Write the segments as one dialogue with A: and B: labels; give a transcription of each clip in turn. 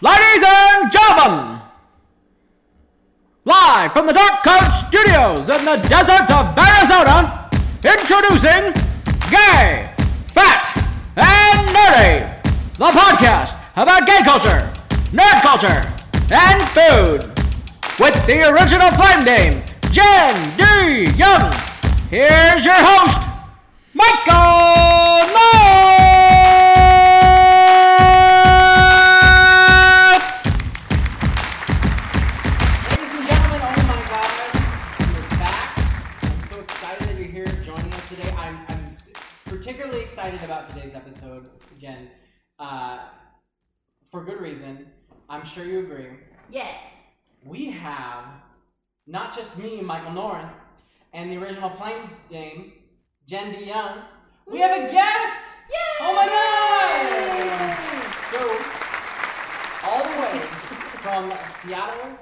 A: Ladies and gentlemen, live from the Dark Code Studios in the deserts of Arizona, introducing Gay, Fat, and Nerdy, the podcast about gay culture, nerd culture, and food, with the original flame name, Jen D. Young. Here's your host, Michael North!
B: Ladies and gentlemen, oh my god, you're back. I'm so excited that you're here joining us today. I'm, I'm s- particularly excited about today's episode, Jen, uh, for good reason. I'm sure you agree.
C: Yes.
B: We have not just me, Michael North, and the original Flame Dame, Jen D. Young. We have a guest! Oh my god! So, all the way from Seattle.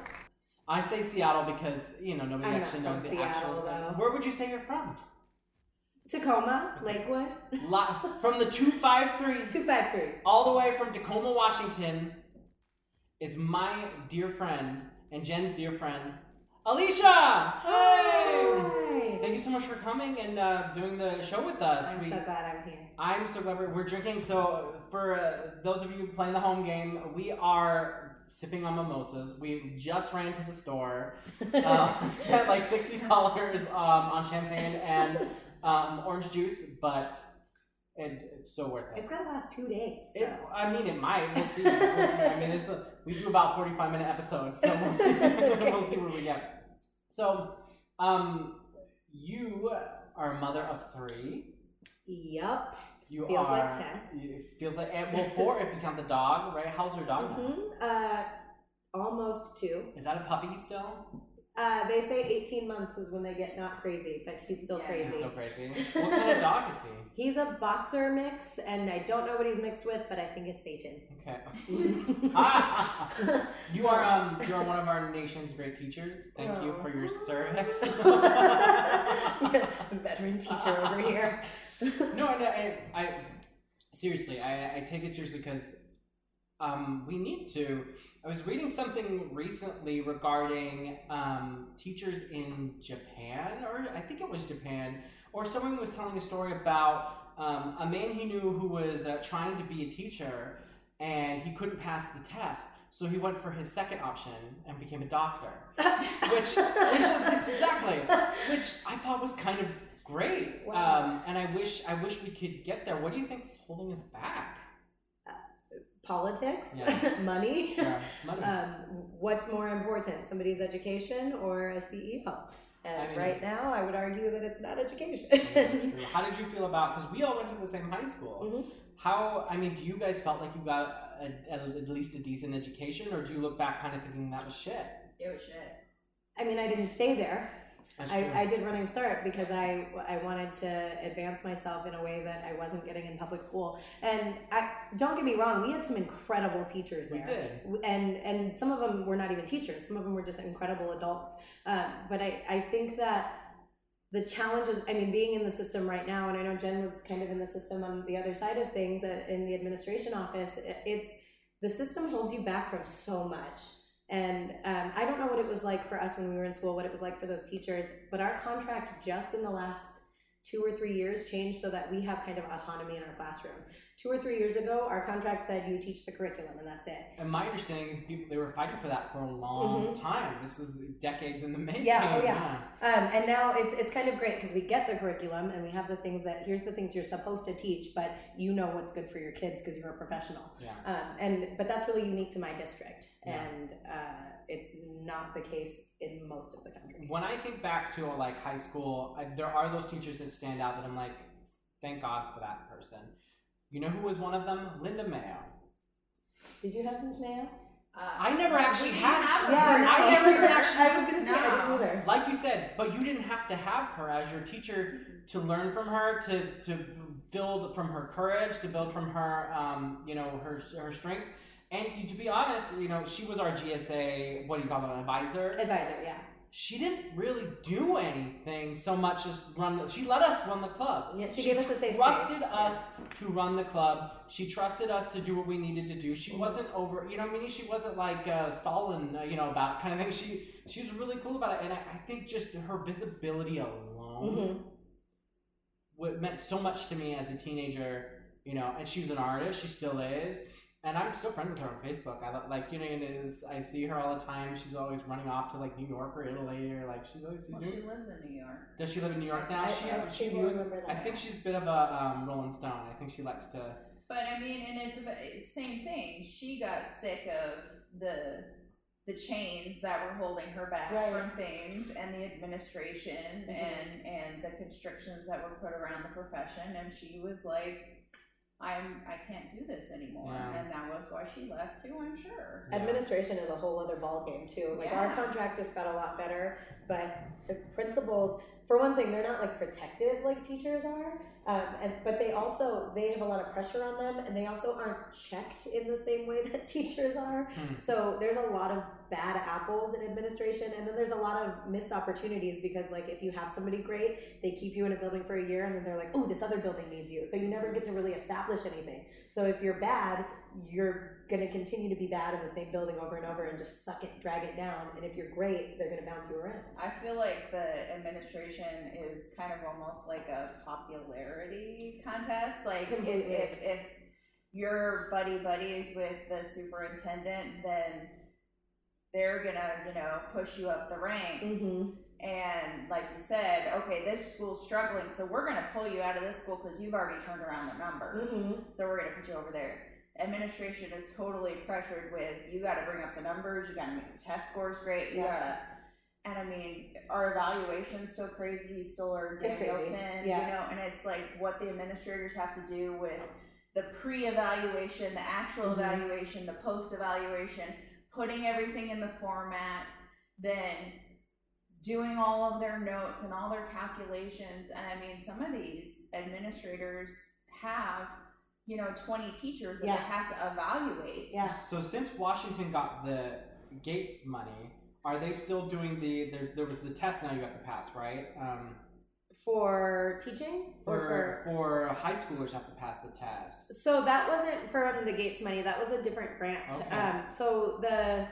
B: I say Seattle because you know nobody
C: I'm not
B: actually
C: from
B: knows the
C: Seattle,
B: actual.
C: though.
B: Where would you say you're from?
C: Tacoma, Lakewood,
B: La- from the two five three,
C: 253.
B: all the way from Tacoma, Washington, is my dear friend and Jen's dear friend, Alicia. Hey! Thank you so much for coming and uh, doing the show with us.
C: I'm
B: We-
C: so glad I'm here.
B: I'm so glad we're, we're drinking. So, for uh, those of you playing the home game, we are sipping on mimosas. We just ran to the store, uh, spent like sixty dollars um, on champagne and um, orange juice, but it, it's so worth it.
C: it's gonna last two days. So.
B: It- I mean, it might. We'll see. We'll see. I mean, it's a, we do about forty-five minute episodes, so we'll see. we'll see what we get. So, um, you are a mother of three.
C: Yup.
B: You
C: Feels
B: are,
C: like 10.
B: It feels like and well four if you count the dog, right? How's your dog? now?
C: hmm Uh, almost two.
B: Is that a puppy still?
C: Uh, they say 18 months is when they get not crazy, but he's still
D: Yeah.
C: crazy.
B: He's still crazy. What kind of dog is he?
C: He's a boxer mix, and I don't know what he's mixed with, but I think it's Satan.
B: Okay. you are um you are one of our nation's great teachers. Thank you
C: Oh.
B: for your service.
C: Veteran teacher over here.
B: no, I, I, I seriously, I, I take it seriously because um, we need to. I was reading something recently regarding um, teachers in Japan, or I think it was Japan, or someone was telling a story about um, a man he knew who was uh, trying to be a teacher and he couldn't pass the test. So he went for his second option and became a doctor, which, which is exactly which I thought was kind of great.
C: Wow.
B: Um, and I wish I wish we could get there. What do you think's holding us back?
C: Politics,
B: Yeah.
C: money.
B: Yeah, money.
C: um, what's more important, somebody's education or a CEO? And
B: I mean-
C: right now, I would argue that it's not
B: That's
C: education.
B: true. How did you feel about? Because we all went to the same high school.
C: Mhm.
B: How I mean, do you guys felt like you got a, a, at least a decent education, or do you look back kind of thinking that was shit?
D: It was shit.
C: I mean, I didn't stay there.
B: That's true.
C: I, I did running start because I, I wanted to advance myself in a way that I wasn't getting in public school. And I, don't get me wrong, we had some incredible teachers
B: we
C: there.
B: did.
C: and and some of them were not even teachers some of them were just incredible adults um, but I, I think that the challenges i mean being in the system right now and i know jen was kind of in the system on the other side of things uh, in the administration office i- it's the system holds you back from so much and um, i don't know what it was like for us when we were in school what it was like for those teachers but our contract just in the last two or three years changed so that we have kind of autonomy in our classroom two or three years ago our contract said you teach the curriculum and that's it
B: And my understanding, people they were fighting for that for a long time. This was decades in the making.
C: Mm-hmm. Yeah, oh yeah. Um, and now it's it's kind of great because we get the curriculum and we have the things that here's the things you're supposed to teach, but you know what's good for your kids because you're a professional.
B: yeah.
C: Um, and but that's really unique to my district,
B: Yeah.
C: and uh, it's not the case in most of the country.
B: when I think back to like high school, I, there are those teachers that stand out that I'm like, thank God for that person. You know who was one of them? Linda Mayo.
C: Did you have this now?
D: Uh,
B: I never actually
D: we
B: had-
D: didn't have a
B: Yeah,
D: bird.
B: I
D: I
B: never
D: never
B: even
D: actually.
C: I was gonna say I didn't
D: No.
C: either.
B: Like you said, but you didn't have to have her as your teacher to learn from her, to to build from her courage, to build from her, um, you know, her her strength. And to be honest, you know, she was our GSA. What do you call them? Advisor.
C: Advisor, yeah.
B: she didn't really do anything so much as run. The, she let us run the club.
C: Yeah, she gave us a safe space.
B: Trusted
C: Yeah.
B: us to run the club. She trusted us to do what we needed to do. She
C: Mhm.
B: wasn't over. You know, what I mean, she wasn't like uh, Stalin. Uh, you know, about kind of thing. She she was really cool about it, and I, I think just her visibility alone
C: Mhm.
B: what meant so much to me as a teenager, you know, and she was an artist, she still is, and I'm still friends with her on Facebook. I lo- like, you know, it is, I see her all the time. She's always running off to like New York or Italy or like she's always she's
D: Well,
B: doing.
D: she lives in New York.
B: Does she live in New York now?
C: I-
B: She's
C: I-
B: she
C: people
B: was-
C: remember that.
B: I think she's a bit of a um, Rolling Stone. I think she likes to.
D: But I mean, and it's about- it's same thing. She got sick of the the chains that were holding her back
C: Right.
D: from things, and the administration,
B: Mm-hmm.
C: Mhm.
D: and and the constrictions that were put around the profession. And she was like, "I'm I can't do this anymore,"
B: Yeah.
D: and that was why she left too. I'm sure.
B: Yeah.
C: Administration is a whole other ballgame too. Like our
D: Yeah.
C: contract just got a lot better, but the principals, for one thing, they're not like protected like teachers are, um, and but they also they have a lot of pressure on them, and they also aren't checked in the same way that teachers are.
B: Hmm.
C: So there's a lot of bad apples in administration, and then there's a lot of missed opportunities because like if you have somebody great, they keep you in a building for a year, and then they're like, oh, this other building needs you, so you never get to really establish anything. So if you're bad, you're going to continue to be bad in the same building over and over and just suck it, drag it down. And if you're great, they're going to bounce you around.
D: I feel like the administration is kind of almost like a popularity contest. Like if,
C: Completely.
D: if, if you're buddy buddies with the superintendent, then they're gonna, you know, push you up the ranks.
C: Mm-hmm.
D: And like you said, okay, this school's struggling, so we're gonna pull you out of this school because you've already turned around the numbers.
C: Mm-hmm.
D: So we're gonna put you over there. Administration is totally pressured with you got to bring up the numbers, you got to make the test scores great, you
C: Yeah.
D: gotta. And I mean, our evaluations so crazy, Stiller,
C: It's crazy.
D: Danielson,
C: Yeah.
D: you know, and it's like what the administrators have to do with the pre-evaluation, the actual
C: Mhm.
D: evaluation, the post-evaluation, putting everything in the format, then doing all of their notes and all their calculations. And I mean, some of these administrators have, you know, 20 teachers that
C: Yeah.
D: they have to evaluate.
C: Yeah.
B: So since Washington got the Gates money, are they still doing the? There, there was the test. Now you have to pass, right? Um,
C: For teaching? or
B: for for high schoolers have to pass the test.
C: So that wasn't from the Gates money. That was a different grant.
B: Okay.
C: Um, so the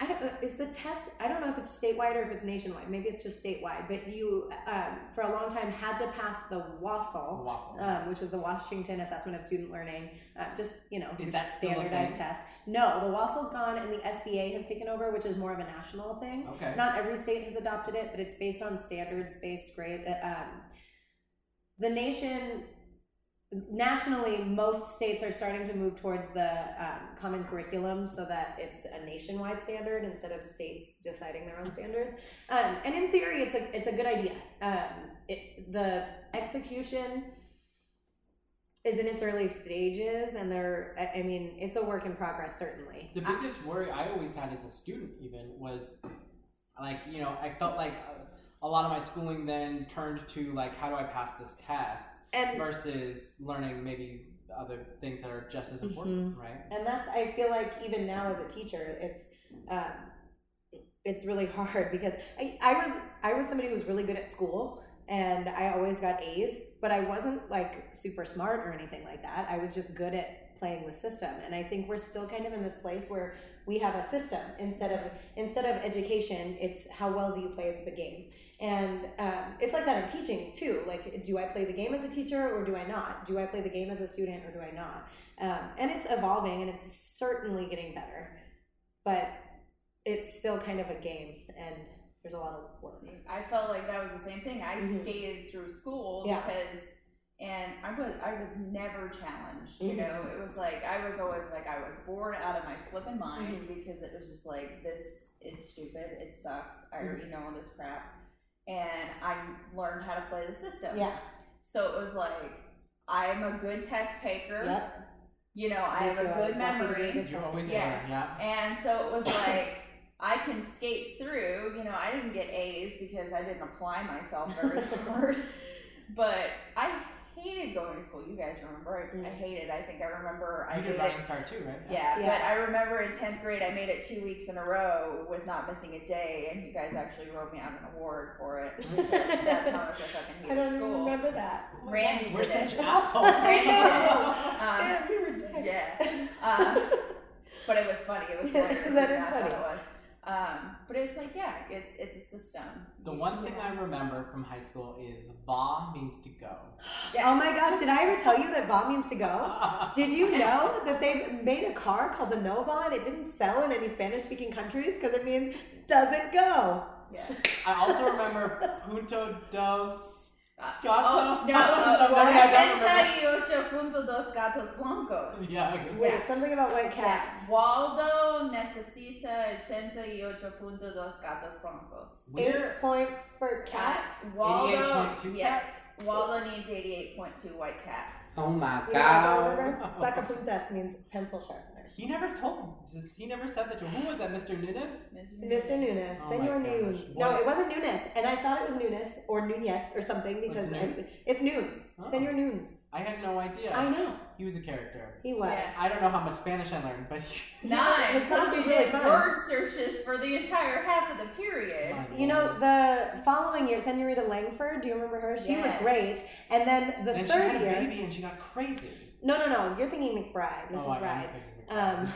C: I don't uh, is the test. I don't know if it's statewide or if it's nationwide. Maybe it's just statewide. But you, um, for a long time, had to pass the WASL,
B: Awesome.
C: um, which is the Washington Assessment of Student Learning. Uh, just you know,
B: Is
C: your
B: that still a
C: standardized
B: thing?
C: test? No, the WASL's gone, and the SBA has taken over, which is more of a national thing.
B: okay.
C: Not every state has adopted it, but it's based on standards-based grade. uh, Um, the nation, nationally, most states are starting to move towards the um, common curriculum so that it's a nationwide standard instead of states deciding their own standards. Um, and in theory, it's a it's a good idea. Um, it, the execution is in its early stages, and they're I, I mean it's a work in progress certainly.
B: the
C: I-
B: biggest worry I always had as a student, even, was like, you know, I felt like a, a lot of my schooling then turned to like, how do I pass this test
C: and
B: versus learning maybe other things that are just as important, right?
C: and that's i feel like even now as a teacher it's um, it's really hard because I, I was i was somebody who was really good at school and i always got a's but i wasn't like super smart or anything like that i was just good at playing the system and i think we're still kind of in this place where we have a system instead of instead of education it's how well do you play the game and um, it's like that in teaching too like do i play the game as a teacher or do i not do i play the game as a student or do i not um, and it's evolving and it's certainly getting better but it's still kind of a game and there's a lot of work
D: See, I felt like that was the same thing. I
C: Mhm.
D: skated through school
C: Yeah.
D: because, and I was I was never challenged. You
C: Mhm.
D: know, it was like I was always like I was bored out of my flipping mind
C: Mm-hmm.
D: because it was just like this is stupid. It sucks. I
C: Mm-hmm.
D: already know all this crap, and I learned how to play the system.
C: yeah
D: So it was like I'm a good test taker.
C: yep
D: You know, I
C: Me
D: have
C: too, I
D: a
C: was lucky to
D: good
C: be a
D: memory.
C: good
B: You always
D: Yeah.
B: learn, yeah.
D: And so it was like, I can skate through. You know, I didn't get A's because I didn't apply myself very hard. But I hated going to school. You guys remember? I, I
C: Mm.
D: hated. I think I remember. I
B: You did
D: hated-
B: Rising Star too, right?
D: Yeah,
C: Yeah.
D: but I remember in tenth grade I made it two weeks in a row with not missing a day, and you guys actually wrote me out an award for it. because That's how much I fucking hated
C: I don't
D: school.
C: remember that.
D: Randy
B: We're
D: did
B: such
D: it.
B: assholes.
D: Randy did it. Um,
C: Man, we were dicks.
D: yeah. Um, but it was funny. It was hilarious.
C: That is
D: That's what
C: funny.
D: It was. Um, but it's like, yeah, it's it's a system.
B: The one thing I remember from high school is va means to go.
C: Oh my gosh, did I ever tell you that Bob means to go? Did you know that they made a car called the Nova and it didn't sell in any Spanish speaking countries because it means doesn't go?
D: Yeah.
B: I also remember punto dos.
D: Uh,
B: Gatos.
D: oh, no,
B: That was
D: uh,
B: the one I don't
D: "88 punto dos gatos blancos.
B: Yeah. I guess.
C: Wait, something about white cats.
D: Yeah. Waldo necesita 88.2 gatos blancos.
B: We're
C: Eight points for cats.
D: Waldo,
B: 88.2
D: yes. Waldo needs 88.2 white cats.
B: Oh my
C: You guys all remember?
B: god.
C: Sacapuntas means pencil sharpener.
B: He never told this. He never said that to Who was that, Mr. Nunes?
C: Mr. Nunes,
B: Oh my
C: Senor
B: gosh,
C: Nunes. No,
B: what?
C: it wasn't Nunes, and I thought it was Nunes or Nunez or something because
B: What's
C: I-
B: Nunes?
C: it's Nunes.
B: Oh.
C: Senor Nunes.
B: I had no idea.
C: I know
B: He was a character.
C: he was.
D: Yeah.
B: I don't know how much Spanish I learned, but he,
D: Nine,
C: This must
D: because
C: be
D: we
C: really
D: did
C: fun.
D: word searches for the entire half of the period.
B: My
C: You know,
B: lord.
C: the following year, Senorita Langford, do you remember her? She was
D: Yes.
C: great. And then the
B: and she
C: third
B: had a
C: year.
B: baby and she got crazy.
C: No, no, no. You're thinking McBride, Miss
B: oh, I,
C: McBride.
B: honestly didn't remember.
C: um,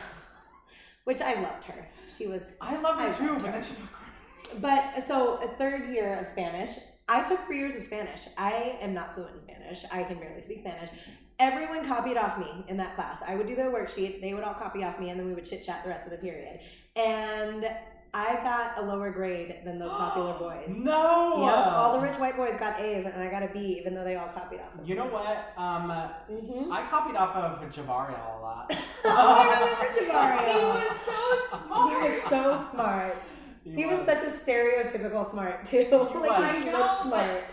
C: which I loved her. She was,
B: I love her
C: I
B: too,
C: loved
B: but
C: her.
B: then she got crazy.
C: but so a third year of Spanish. I took three years of Spanish. I am not fluent in Spanish. I can barely speak Spanish. Everyone copied off me in that class. I would do their worksheet. They would all copy off me, and then we would chit chat the rest of the period. And I got a lower grade than those popular boys.
B: No. Uh,
C: Yep, all the rich white boys got A's and I got a B, even though they all copied off of
B: You know what? Um,
C: me.
D: Mm-hmm. Oh,
C: hmm
B: I copied off of Javario a lot.
C: oh, I remember
D: He
C: Javario.
D: was so
C: He
D: smart.
C: was so smart. He was such a stereotypical smart too. like
B: was.
C: he
D: I know,
C: looked smart.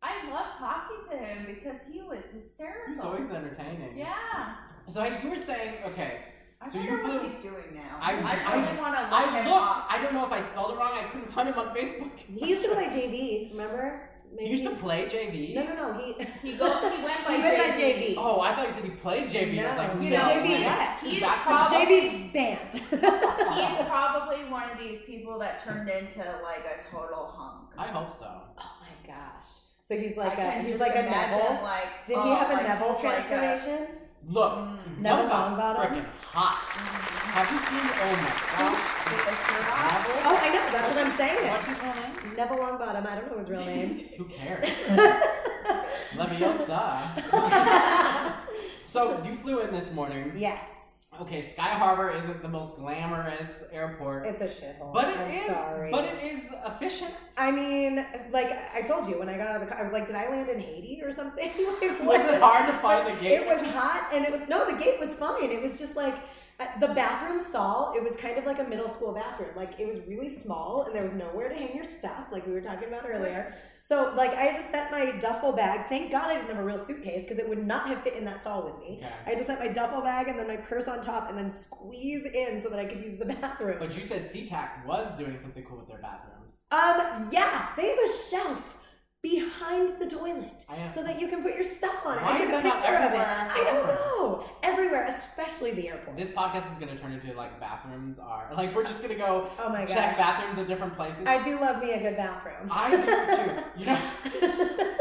D: I love talking to him because he was hysterical.
B: He was always entertaining.
D: yeah.
B: So hey, you were saying, okay,
D: I
B: So
D: wonder
B: you
D: what
B: flew-
D: he's doing now.
B: I- I-
D: really want to look
B: I
D: him up.
B: looked. I don't know if I spelled it wrong. I couldn't find him on Facebook.
C: He used to play JV. Remember?
B: He used to
C: he's-
B: play JV.
C: No, no, no. He
D: He go. He went by
C: he went by
D: JV.
C: JV.
B: Oh, I thought you said he played JV. I was
C: No,
B: like,
D: You
B: no
D: know,
C: JV.
B: way.
C: yeah.
D: he's, he's
B: That's
D: probably
C: JV band.
D: he's probably one of these people that turned into like a total hunk.
B: I hope so.
C: oh my gosh. So he's
D: I
C: like a
D: can
C: he's
D: just
C: like a
D: imagine,
C: Neville.
D: Like,
C: Did
D: oh,
C: he have a
D: like,
C: Neville
D: he's like a-
C: transformation?
B: Look,
D: Mm.
C: Neville
B: Neville got
C: Longbottom?
B: freaking hot.
D: Mhm.
B: Have you seen? Oh my gosh. Neville.
C: oh, I know. That's
D: With the shirt off.
C: what I'm saying.
B: What's his real name?
C: Neville Longbottom. I don't know his real name.
B: Who cares? Leviosa.
C: yes.
B: so you flew in this morning. Okay, Sky Harbor isn't the most glamorous airport,
C: It's a shithole.
B: but it
C: I'm
B: is.
C: Sorry.
B: But it is efficient.
C: I mean, like I told you when I got out of the car, I was like, "Did I land in Haiti or something?" Like,
B: was it hard to find the gate?
C: It was hot, and it was no. The gate was fine. It was just like uh, the bathroom stall. It was kind of like a middle school bathroom. Like it was really small, and there was nowhere to hang your stuff, like we were talking about earlier. So like I had to set my duffel bag. Thank God I didn't have a real suitcase because it would not have fit in that stall with me.
B: Okay.
C: I had to set my duffel bag and then my purse on top, and then squeeze in so that I could use the bathroom.
B: But you said SeaTac was doing something cool with their bathrooms.
C: Um, yeah, they have a shelf behind the toilet
B: I asked
C: so that you can put your stuff on it.
B: Why
C: I took
B: is
C: a
B: that not
C: picture of it.
B: everywhere?
C: I don't know. Everywhere, especially the airport.
B: This podcast is going to turn into like bathrooms are like we're just going to go
C: Oh my
B: check
C: gosh.
B: bathrooms at different places.
C: I do love me a good bathroom.
B: I do too. You know,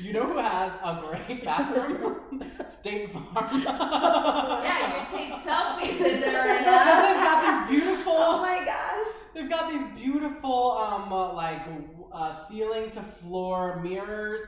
B: you know who has a great bathroom? State Farm.
D: Yeah, you take selfies in there and
B: Because
D: uh,
B: they've got these beautiful.
C: oh my gosh.
B: They've got these beautiful, um, uh, like w- uh, ceiling to floor mirrors,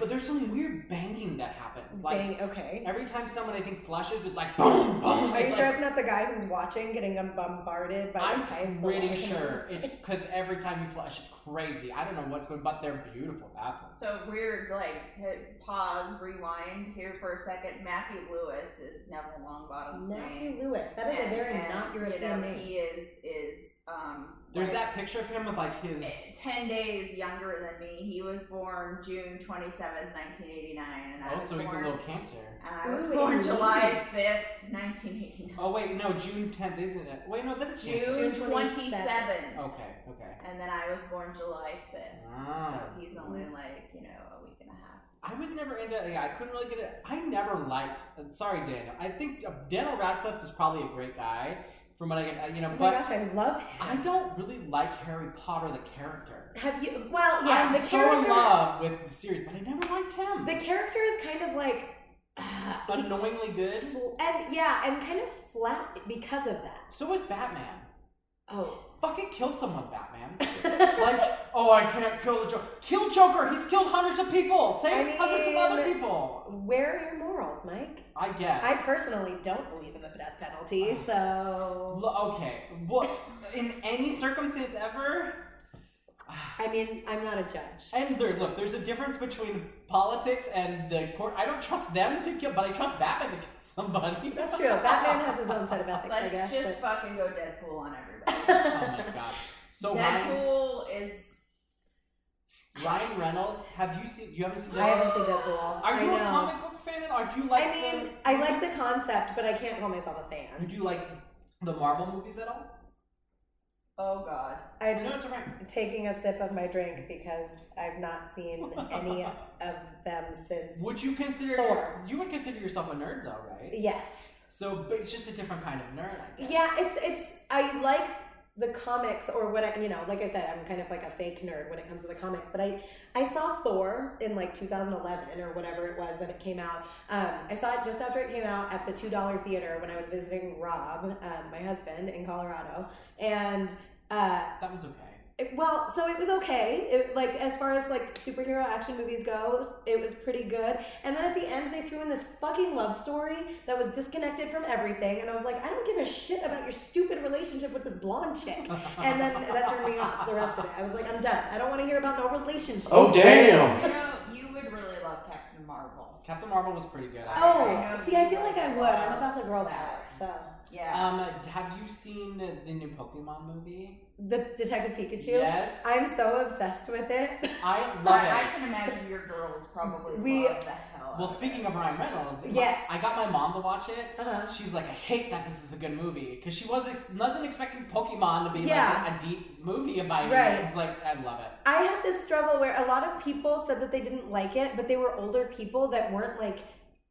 B: but there's some weird banging that happens. Like
C: Bang, okay.
B: every time someone I think flushes, it's like boom, boom.
C: Are you
B: It's
C: sure
B: like-
C: it's not the guy who's watching getting um, bombarded by the
B: I'm
C: pipes?
B: pretty sure it's because every time you flush, it's crazy. I don't know what's going, but they're beautiful bathrooms.
D: So weird, like to pause, rewind here for a second. Matthew Lewis is Neville Longbottom's name.
C: Matthew Lewis. That is a very
D: and,
C: not European
D: you know,
C: name.
D: He is is um.
B: There's
D: like,
B: that picture of him with like his.
D: eh, Ten days younger than me. He was born June twenty seventh, nineteen eighty nine, and I
B: Oh,
D: was
B: so
D: born.
B: he's a little cancer.
D: and I was
C: Ooh,
D: born
C: he
D: July
C: is.
D: fifth, nineteen eighty nine.
B: Oh wait, no, June 10th, isn't it? Wait, no, that is cancer.
D: June
C: June 27th.
D: twenty seventh,
B: Okay, okay.
D: and then I was born July fifth.
B: Ah.
D: So he's only like you know a week and a half.
B: I was never into. Yeah, I couldn't really get it. I never liked. uh, Sorry, Daniel. I think uh, Daniel Radcliffe is probably a great guy, from what I get. uh, You know,
C: Oh my
B: but
C: gosh, I love him.
B: I don't really like Harry Potter the character.
C: Have you? Well, yeah,
B: I'm
C: the
B: so
C: character.
B: in love with the series, but I never liked him.
C: The character is kind of like. Uh, he-
B: Annoyingly good.
C: and yeah, and kind of flat because of that.
B: So was Batman.
C: Oh,
B: Fucking kill someone, Batman. like, oh, I can't kill the Joker. Kill Joker. He's killed hundreds of people. Save
C: I
B: hundreds of other
C: mean-
B: people.
C: where are your morals, Mike?
B: I guess.
C: I personally don't believe in the death penalty, so
B: L- okay. What in any circumstance ever?
C: I mean, I'm not a judge.
B: And there, look, there's a difference between politics and the court. I don't trust them to kill, but I trust Batman to kill somebody. Oh
C: That's true. Batman has his own set of ethics, I
D: Let's
C: guess.
D: just
C: but-
D: fucking go Deadpool on everybody.
B: oh my god. So Ryan,
D: Deadpool is.
B: Ryan Reynolds, have you seen? You haven't seen?
C: I
B: Deadpool?
C: haven't seen Deadpool.
B: Are you
C: I
B: a
C: know.
B: comic book fan? And are do you like?
C: I mean,
B: the,
C: I like the concept, but I can't call myself a fan.
B: Do you like the Marvel movies at all?
D: Oh god.
B: No,
C: I'm
B: it's alright.
C: taking a sip of my drink because I've not seen any of them since.
B: Would you consider
C: Thor.
B: you would consider yourself a nerd though, right?
C: Yes.
B: So, but it's just a different kind of nerd, I guess.
C: Yeah, it's it's I like the comics or what I you know, like I said, I'm kind of like a fake nerd when it comes to the comics, but I I saw Thor in like 2011 or whatever it was that it came out. Um, I saw it just after it came out at the two dollar theater when I was visiting Rob, um, my husband in Colorado, and. Uh,
B: That one's okay.
C: it- well, so it was okay. It, like as far as like superhero action movies goes, it was pretty good. And then at the end, they threw in this fucking love story that was disconnected from everything, and I was like, I don't give a shit about your stupid relationship with this blonde chick. And then that turned me off the rest of it. I was like, I'm done. I don't want to hear about no relationship.
A: Oh, damn.
D: You know, you would really love Captain Marvel.
B: Captain Marvel was pretty good. I
C: Oh,
B: think.
D: I know
C: see, I
D: you
C: feel like I would. I'm about to grow
D: love
C: that. So
D: Yeah.
B: Um, have you seen the new Pokemon movie?
C: the Detective Pikachu.
B: Yes, I,
C: I'm so obsessed with it.
D: But
B: love
D: I
B: it.
D: can imagine your girls probably
C: We-
D: love the hell.
B: Well,
D: out of
B: speaking
D: it.
B: of Ryan Reynolds, my-
C: Yes.
B: I got my mom to watch it.
C: Uh-huh.
B: She's like, I hate that this is a good movie because she was ex- wasn't expecting Pokemon to be
C: Yeah.
B: like a, a deep movie about it.
C: Right.
B: It's like I love it.
C: I had this struggle where a lot of people said that they didn't like it, but they were older people that weren't like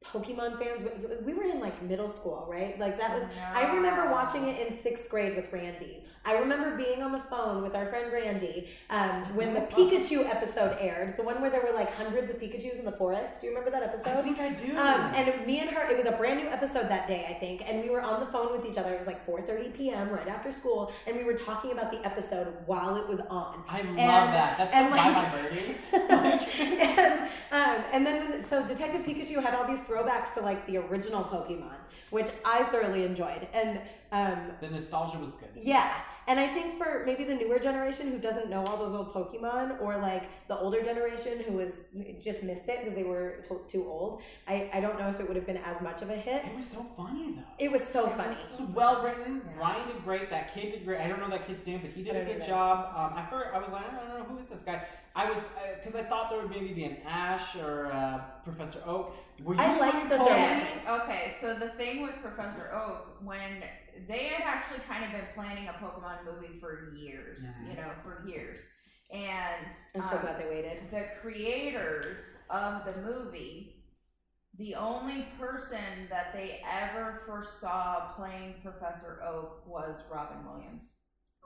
C: Pokemon fans. We- We were in like middle school, right? Like that was. I remember
D: No.
C: watching it in sixth grade with Randy. I remember being on the phone with our friend Randy um, when the Pikachu episode aired, the one where there were like hundreds of Pikachu's in the forest. Do you remember that
B: I
C: episode?
B: think I do.
C: Um, and me and her, it was a brand new episode that day, I think, and we were on the phone with each other. It was like 4:30 p.m. right after school, and we were talking about the episode while it was on.
B: I love
C: and-
B: that. That's
C: and
B: so Bye
C: like-
B: Bye Birdie.
C: and um, and then when- so Detective Pikachu had all these throwbacks to like the original Pokemon, which I thoroughly enjoyed. And um,
B: The nostalgia was good.
C: yes, and I think for maybe the newer generation who doesn't know all those old Pokemon, or like the older generation who was just missed it because they were t- too old, I I don't know if it would have been as much of a hit.
B: It was so funny though.
C: It was so
D: It
C: funny.
D: was
B: It was well written.
D: Yeah.
B: Ryan did great. That kid did great. I don't know that kid's name, but he did
C: I
B: a
C: don't
B: good
C: either.
B: job. Um, I first, I was like, I don't know who is this guy. I was because I thought there would maybe be an Ash or uh, Professor Oak. Were you Um,
C: I liked
B: doing
C: that there
B: polls?
C: was-
D: Yes. Okay. So the thing with Professor Oak, when they had actually kind of been planning a Pokemon movie for years,
B: Mhm.
D: you know, for years, and
C: I'm so
D: um,
C: glad they waited.
D: the creators of the movie, the only person that they ever foresaw playing Professor Oak was Robin Williams.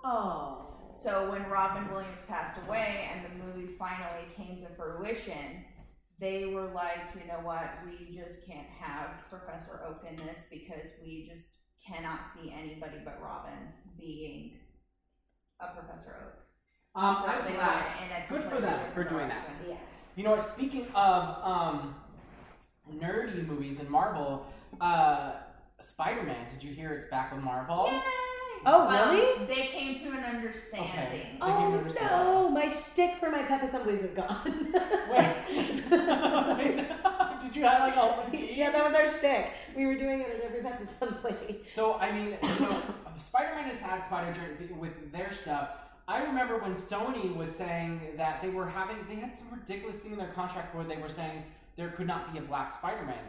C: Oh,
D: So when Robin Williams passed away and the movie finally came to fruition, they were like, you know what, we just can't have Professor Oak in this because we just cannot see anybody but Robin being a Professor Oak.
B: Um,
D: so
B: I'm
D: they
B: glad.
D: went in a
B: Good for
D: completely
B: them
D: different
B: for doing that.
D: direction.
C: yes.
B: You know, what, speaking of um, nerdy movies and Marvel, uh, Spider Man. Did you hear it's back with Marvel?
D: Yay!
C: Oh,
D: Well,
C: really?
D: They came to an understanding.
B: I can
C: Oh
B: understand
C: no, my shtick for my pep assemblies is gone.
B: Wait. Wait. did you have like all the tea?
C: yeah, that was our shtick. We were doing it at every pep assembly.
B: So I mean, you know, Spider-Man has had quite a journey with their stuff. I remember when Sony was saying that they were having they had some ridiculous thing in their contract where they were saying there could not be a black Spider-Man.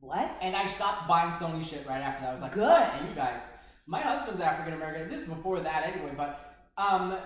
C: What?
B: And I stopped buying Sony shit right after that. I was like,
C: Good.
B: "Fuck you guys." My husband's African American. This is before that anyway, but um,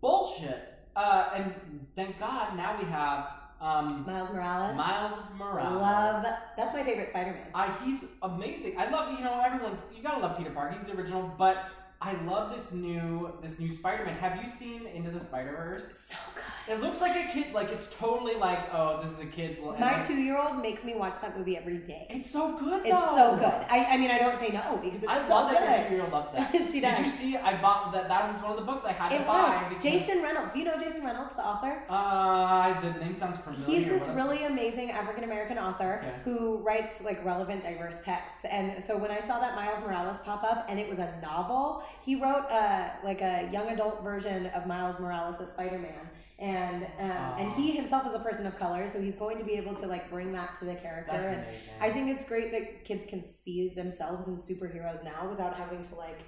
B: bullshit. Uh, and thank God now we have um,
C: Miles Morales.
B: Miles Morales.
C: Love. That's my favorite Spider-Man.
B: Uh, he's amazing. I love you know everyone's you gotta love Peter Parker. He's the original, but I love this new this new Spider Man. Have you seen Into the Spider Verse?
C: so good.
B: It looks like a kid. Like it's totally like oh this is a kid's. li- and
C: My
B: like-
C: two-year-old makes me watch that movie every day.
B: It's so good.
C: It's
B: though.
C: so good. I, I mean, I don't say no because it's
B: I
C: so
B: love
C: good.
B: that your two year old loves that.
C: she
B: Did
C: does.
B: you see? I bought that. That was one of the books I had to
C: it
B: buy.
C: was
B: because-
C: Jason Reynolds. Do you know Jason Reynolds, the author?
B: Uh, the name sounds familiar.
C: He's this
B: What is-
C: really amazing African American author
B: Okay.
C: who writes like relevant, diverse texts. And so when I saw that Miles Morales pop up, and it was a novel, he wrote a like a young adult version of Miles Morales as Spider Man, and um, and
B: Aw.
C: he himself is a person of color, so he's going to be able to like bring that to the character.
B: That's
C: and
B: amazing.
C: I think it's great that kids can see themselves in superheroes now without having to like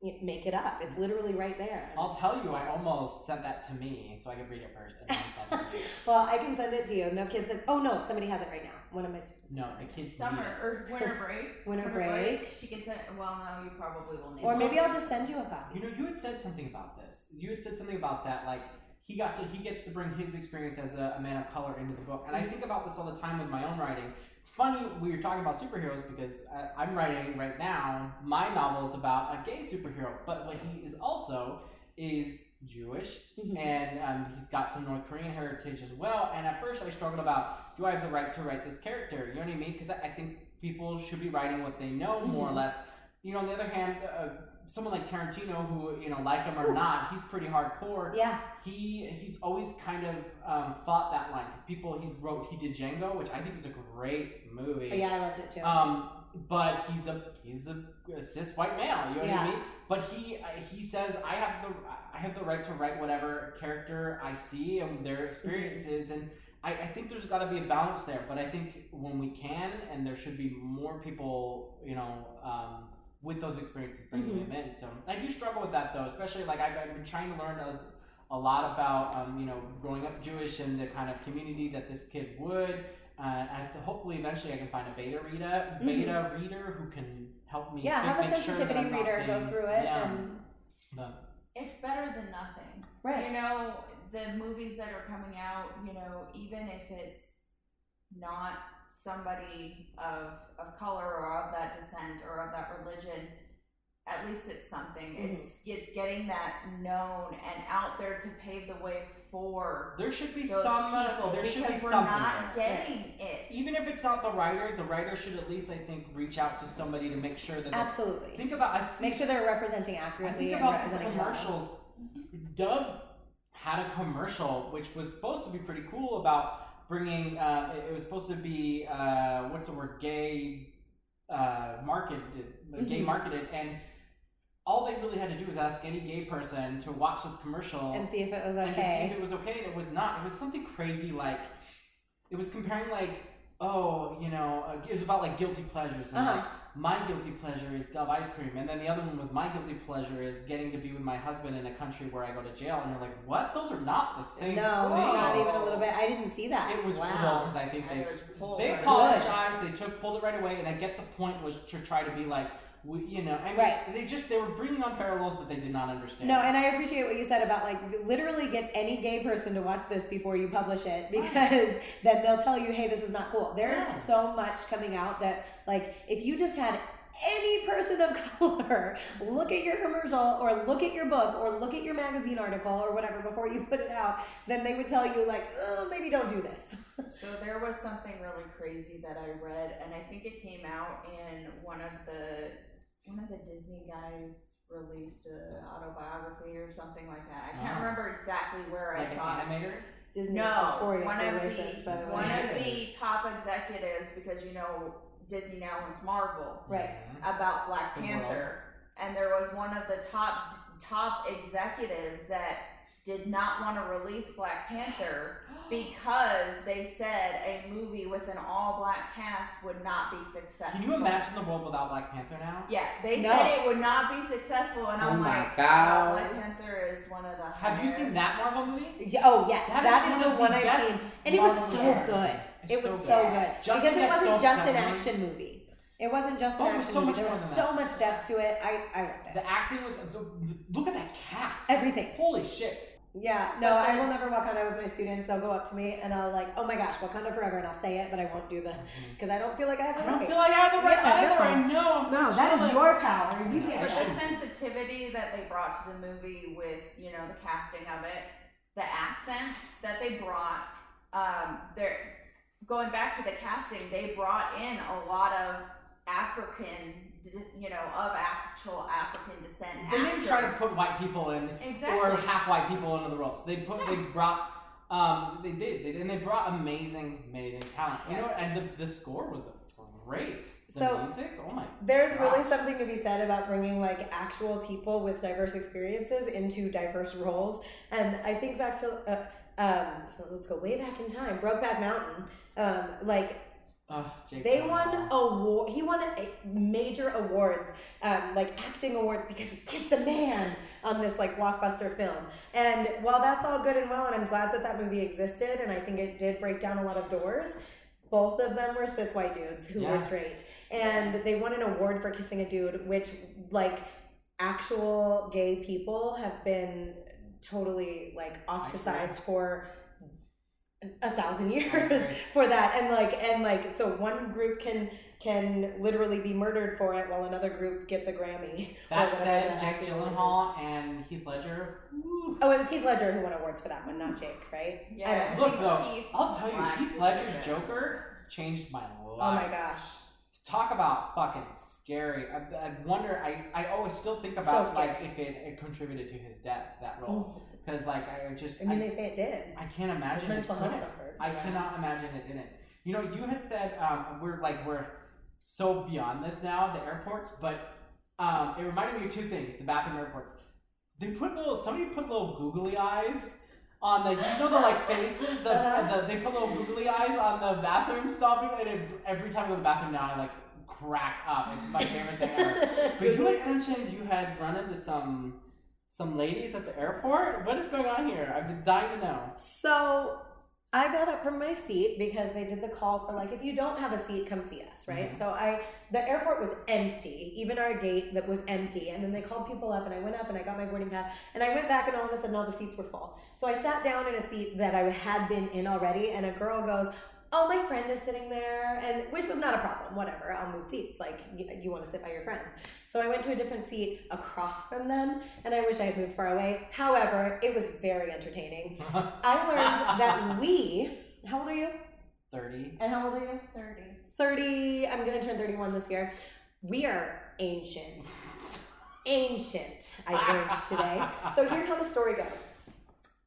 C: y- make it up. It's literally right there.
B: I'll tell you, I almost sent that to me so I could read it first and then send it to you.
C: Well, I can send it to you. No kids. Have, oh no, somebody has it right now. One of my students.
B: No, the kids.
D: Summer
B: need it.
D: or winter break.
C: Winter break.
D: She can send. Well, no, you probably will need.
C: Or
D: some.
C: maybe I'll just send you a copy.
B: You know, you had said something about this. You had said something about that, like he got to he gets to bring his experience as a, a man of color into the book, and I think about this all the time with my own writing. It's funny we were talking about superheroes because I, I'm writing right now. My novel is about a gay superhero, but what he is also is Jewish,
C: Mhm.
B: and um, he's got some North Korean heritage as well. And at first, I struggled about do I have the right to write this character? You know what I mean? Because I, I think people should be writing what they know more or
C: Mhm.
B: less. You know, on the other hand, uh, someone like Tarantino, who you know, like him or not, he's pretty hardcore.
C: yeah.
B: He he's always kind of um, fought that line because people he wrote he did Django, which I think is a great movie.
C: But yeah, I loved it too.
B: Um, but he's a he's a, cis white male. You know what
C: Yeah.
B: I mean? But he he says I have the I have the right to write whatever character I see and their experiences, and I, I think there's got to be a balance there. But I think when we can, and there should be more people, you know. Um, with those experiences bringing
C: Mhm.
B: them in, so I do struggle with that though, especially like I've, I've been trying to learn as a lot about um, you know growing up Jewish and the kind of community that this kid would. Uh, I, hopefully, eventually, I can find a beta reader,
C: Mhm.
B: beta reader who can help me.
C: yeah,
B: think-
C: have a
B: make sure that
C: sensitivity
B: I'm not
C: reader go
B: being-
C: through it
B: Yeah,
C: and
B: but-
D: It's better than nothing. You
C: right.
D: know, the movies that are coming out, you know, even if it's not somebody of of color or of that descent or of that religion, at least it's something.
B: Mm-hmm.
D: It's
C: Mm-hmm.
D: it's getting that known and out there to pave the way for
B: there should be
D: those
B: some.
D: people
B: there should be
D: because we're
B: something.
D: not
B: there.
D: getting it.
B: Even if it's not the writer, the writer should at least, I think, reach out to somebody to make sure that. they're-
C: Absolutely.
B: Think about. I've seen
C: Make sure they're representing
B: I
C: accurately
B: think
C: and
B: about these
C: representing well.
B: commercials. Dove had a commercial which was supposed to be pretty cool about bringing. Uh, it- it was supposed to be uh, what's the word? Gay uh, marketed, gay
C: Mhm.
B: marketed, and all they really had to do was ask any gay person to watch this commercial
C: and see if it was
B: and to see if
C: okay.
B: it was okay, and it was not. It was something crazy like it was comparing like. Oh, you know, uh, it was about like guilty pleasures. And like,
C: Uh-huh.
B: my guilty pleasure is Dove ice cream, and then the other one was my guilty pleasure is getting to be with my husband in a country where I go to jail. And you're like, what? Those are not the
C: No,
B: same.
C: not
B: thing.
C: even a little bit. I didn't see that.
B: It was
C: wow.
B: because I think
D: And
B: they
D: it was pulled
B: they
D: right away.
B: apologized. They took pulled it right away, and I get the point was to try to be like, we, you know, I mean,
C: Right.
B: They just they were bringing on parallels that they did not understand.
C: No, and I appreciate what you said about like literally get any gay person to watch this before you publish it because then they'll tell you, hey, this is not cool. There's
B: Yeah.
C: so much coming out that like if you just had any person of color look at your commercial or look at your book or look at your magazine article or whatever before you put it out, then they would tell you like, oh, maybe don't do this.
D: So there was something really crazy that I read, and I think it came out in one of the one of the Disney guys released a autobiography or something like that. I can't
B: Ah.
D: remember exactly where
B: like
D: I
B: an
D: saw it.
B: animator.
C: Disney
D: No,
C: is
D: one
C: notoriously
D: of
C: racist, by
D: the
C: the
D: one
C: way.
D: of the top executives because you know Disney now owns Marvel
C: Right.
B: Mhm.
D: about Black
B: The world.
D: Panther, and there was one of the top top executives that did not want to release Black Panther
B: Mm-hmm.
D: because they said a movie with an all black cast would not be successful.
B: Can you imagine the world without Black Panther now?
D: Yeah, they
C: No.
D: said it would not be successful, and
B: Oh
D: I'm
B: my
D: like,
B: God.
D: Black Panther is one of the.
B: Have you seen
D: highest-
B: that Marvel movie?
C: Yeah, Oh yes,
B: That is
C: that is
B: one of
C: the
B: the
C: one I've
B: best
C: seen. And it was
B: Marvel
C: so
B: movies.
C: good.
B: It's
C: It was
B: so
C: so
B: good.
C: good,
B: Justin
C: because it
B: got
C: wasn't
B: so
C: just an
B: upset.
C: action movie. It wasn't just an
B: Oh, it was
C: action
B: so
C: movie.
B: much
C: there
B: more
C: was
B: than
C: so
B: that.
C: much depth to it. I I loved it.
B: The acting was the, the- look at that cast.
C: Everything.
B: Holy shit!
C: Yeah, no, I
D: then-
C: will never Wakanda with my students. They'll go up to me and I'll like, oh my gosh, Wakanda forever, and I'll say it, but I won't do the
B: Mm-hmm.
C: because I don't feel like I have. the
B: I don't
C: right.
B: feel like I have the right
C: Yeah,
B: either. I
C: no.
B: know. I'm
C: No,
B: so
C: that is
B: jealous.
C: your power. You get
D: But
C: it.
D: the sensitivity that they brought to the movie with, you know, the casting of it, the accents that they brought, um, they're going back to the casting, they brought in a lot of African, d- you know, of actual African descent.
B: They didn't try to
D: actors.
B: put white people in
D: exactly.
B: or half white people into the roles. They put
D: Yeah.
B: they brought um they did they, and they brought amazing amazing talent. You know,
D: Yes.
B: and the, the score was great. The
C: So-
B: music, oh my.
C: There's really
B: Gosh.
C: something to be said about bringing like actual people with diverse experiences into diverse roles, and I think back to uh, um, let's go way back in time, Brokeback Mountain. Um, like
B: Oh, Jake
C: they
B: Gyllenhaal.
C: won award, he won a major awards, um, like acting awards, because he kissed a man on this like blockbuster film. And while that's all good and well, and I'm glad that that movie existed, and I think it did break down a lot of doors. Both of them were cis white dudes who
B: Yeah.
C: were straight, and they won an award for kissing a dude, which like actual gay people have been totally like ostracized for a thousand years for that and like and like so one group can can literally be murdered for it while another group gets a grammy
B: That
C: whatever
B: said,
C: that
B: Jake
C: acting is.
B: Gyllenhaal and Heath Ledger. woo.
C: oh it was heath ledger who won awards for that one
B: Mm-hmm.
C: not jake right
D: Yeah,
C: I
B: Look
D: think
B: though,
D: Heath
B: I'll tell
D: Black
B: you, Heath
D: did
B: Ledger's
D: it.
B: Joker changed my life.
C: oh my gosh
B: Talk about fucking scary. I, I wonder. I, I always still think about
C: scary. Mm.
B: like if it, it contributed to his death that role because like I just
C: i mean
B: Oh, I,
C: they say it did
B: I can't
C: his
B: imagine it
C: mental health
B: couldn't.
C: suffered
B: I
D: Yeah.
B: cannot imagine it didn't. You know, you had said um, we're like we're so beyond this now, the airports, but um, it reminded me of two things: the bathroom airports. They put little somebody put little googly eyes on the you know the like faces the,
C: Uh-huh.
B: the they put little googly eyes on the bathroom stopping and it, every time I go to the bathroom now I like crack up. It's my favorite thing ever. But you had mentioned you had run into some some ladies at the airport. What is going on here? I've been dying to know.
C: So I got up from my seat because they did the call for like if you don't have a seat, come see us, right?
B: Mhm.
C: So I the airport was empty, even our gate that was empty, and then they called people up and I went up and I got my boarding pass and I went back and all of a sudden all the seats were full. So I sat down in a seat that I had been in already and a girl goes, Oh, my friend is sitting there, and which was not a problem. Whatever, I'll move seats. Like you, you want to sit by your friends. So I went to a different seat across from them, and I wish I had moved far away. However, it was very entertaining. I learned that we. How old are you?
B: Thirty.
C: And how old are you?
D: Thirty.
C: Thirty. I'm gonna turn thirty-one this year. We are ancient. Ancient. I learned today. So here's how the story goes.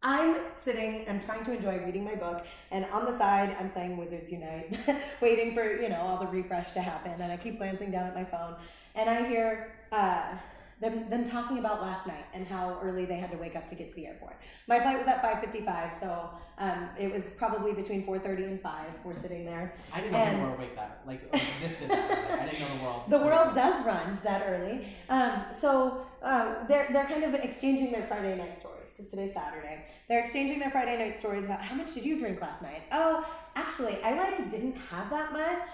C: I'm sitting, I'm trying to enjoy reading my book, and on the side, I'm playing Wizards Unite, waiting for, you know, all the refresh to happen, and I keep glancing down at my phone, and I hear uh, them, them talking about last night and how early they had to wake up to get to the airport. My flight was at 5.55, so um, it was probably between 4.30 and 5. We're sitting there.
B: I didn't know
C: And-
B: people were awake that like existed. That early. I didn't know the world.
C: The world does run that early. Um, so uh, they're, they're kind of exchanging their Friday night stories because today's Saturday. They're exchanging their Friday night stories about how much did you drink last night? Oh, actually, I like didn't have that much.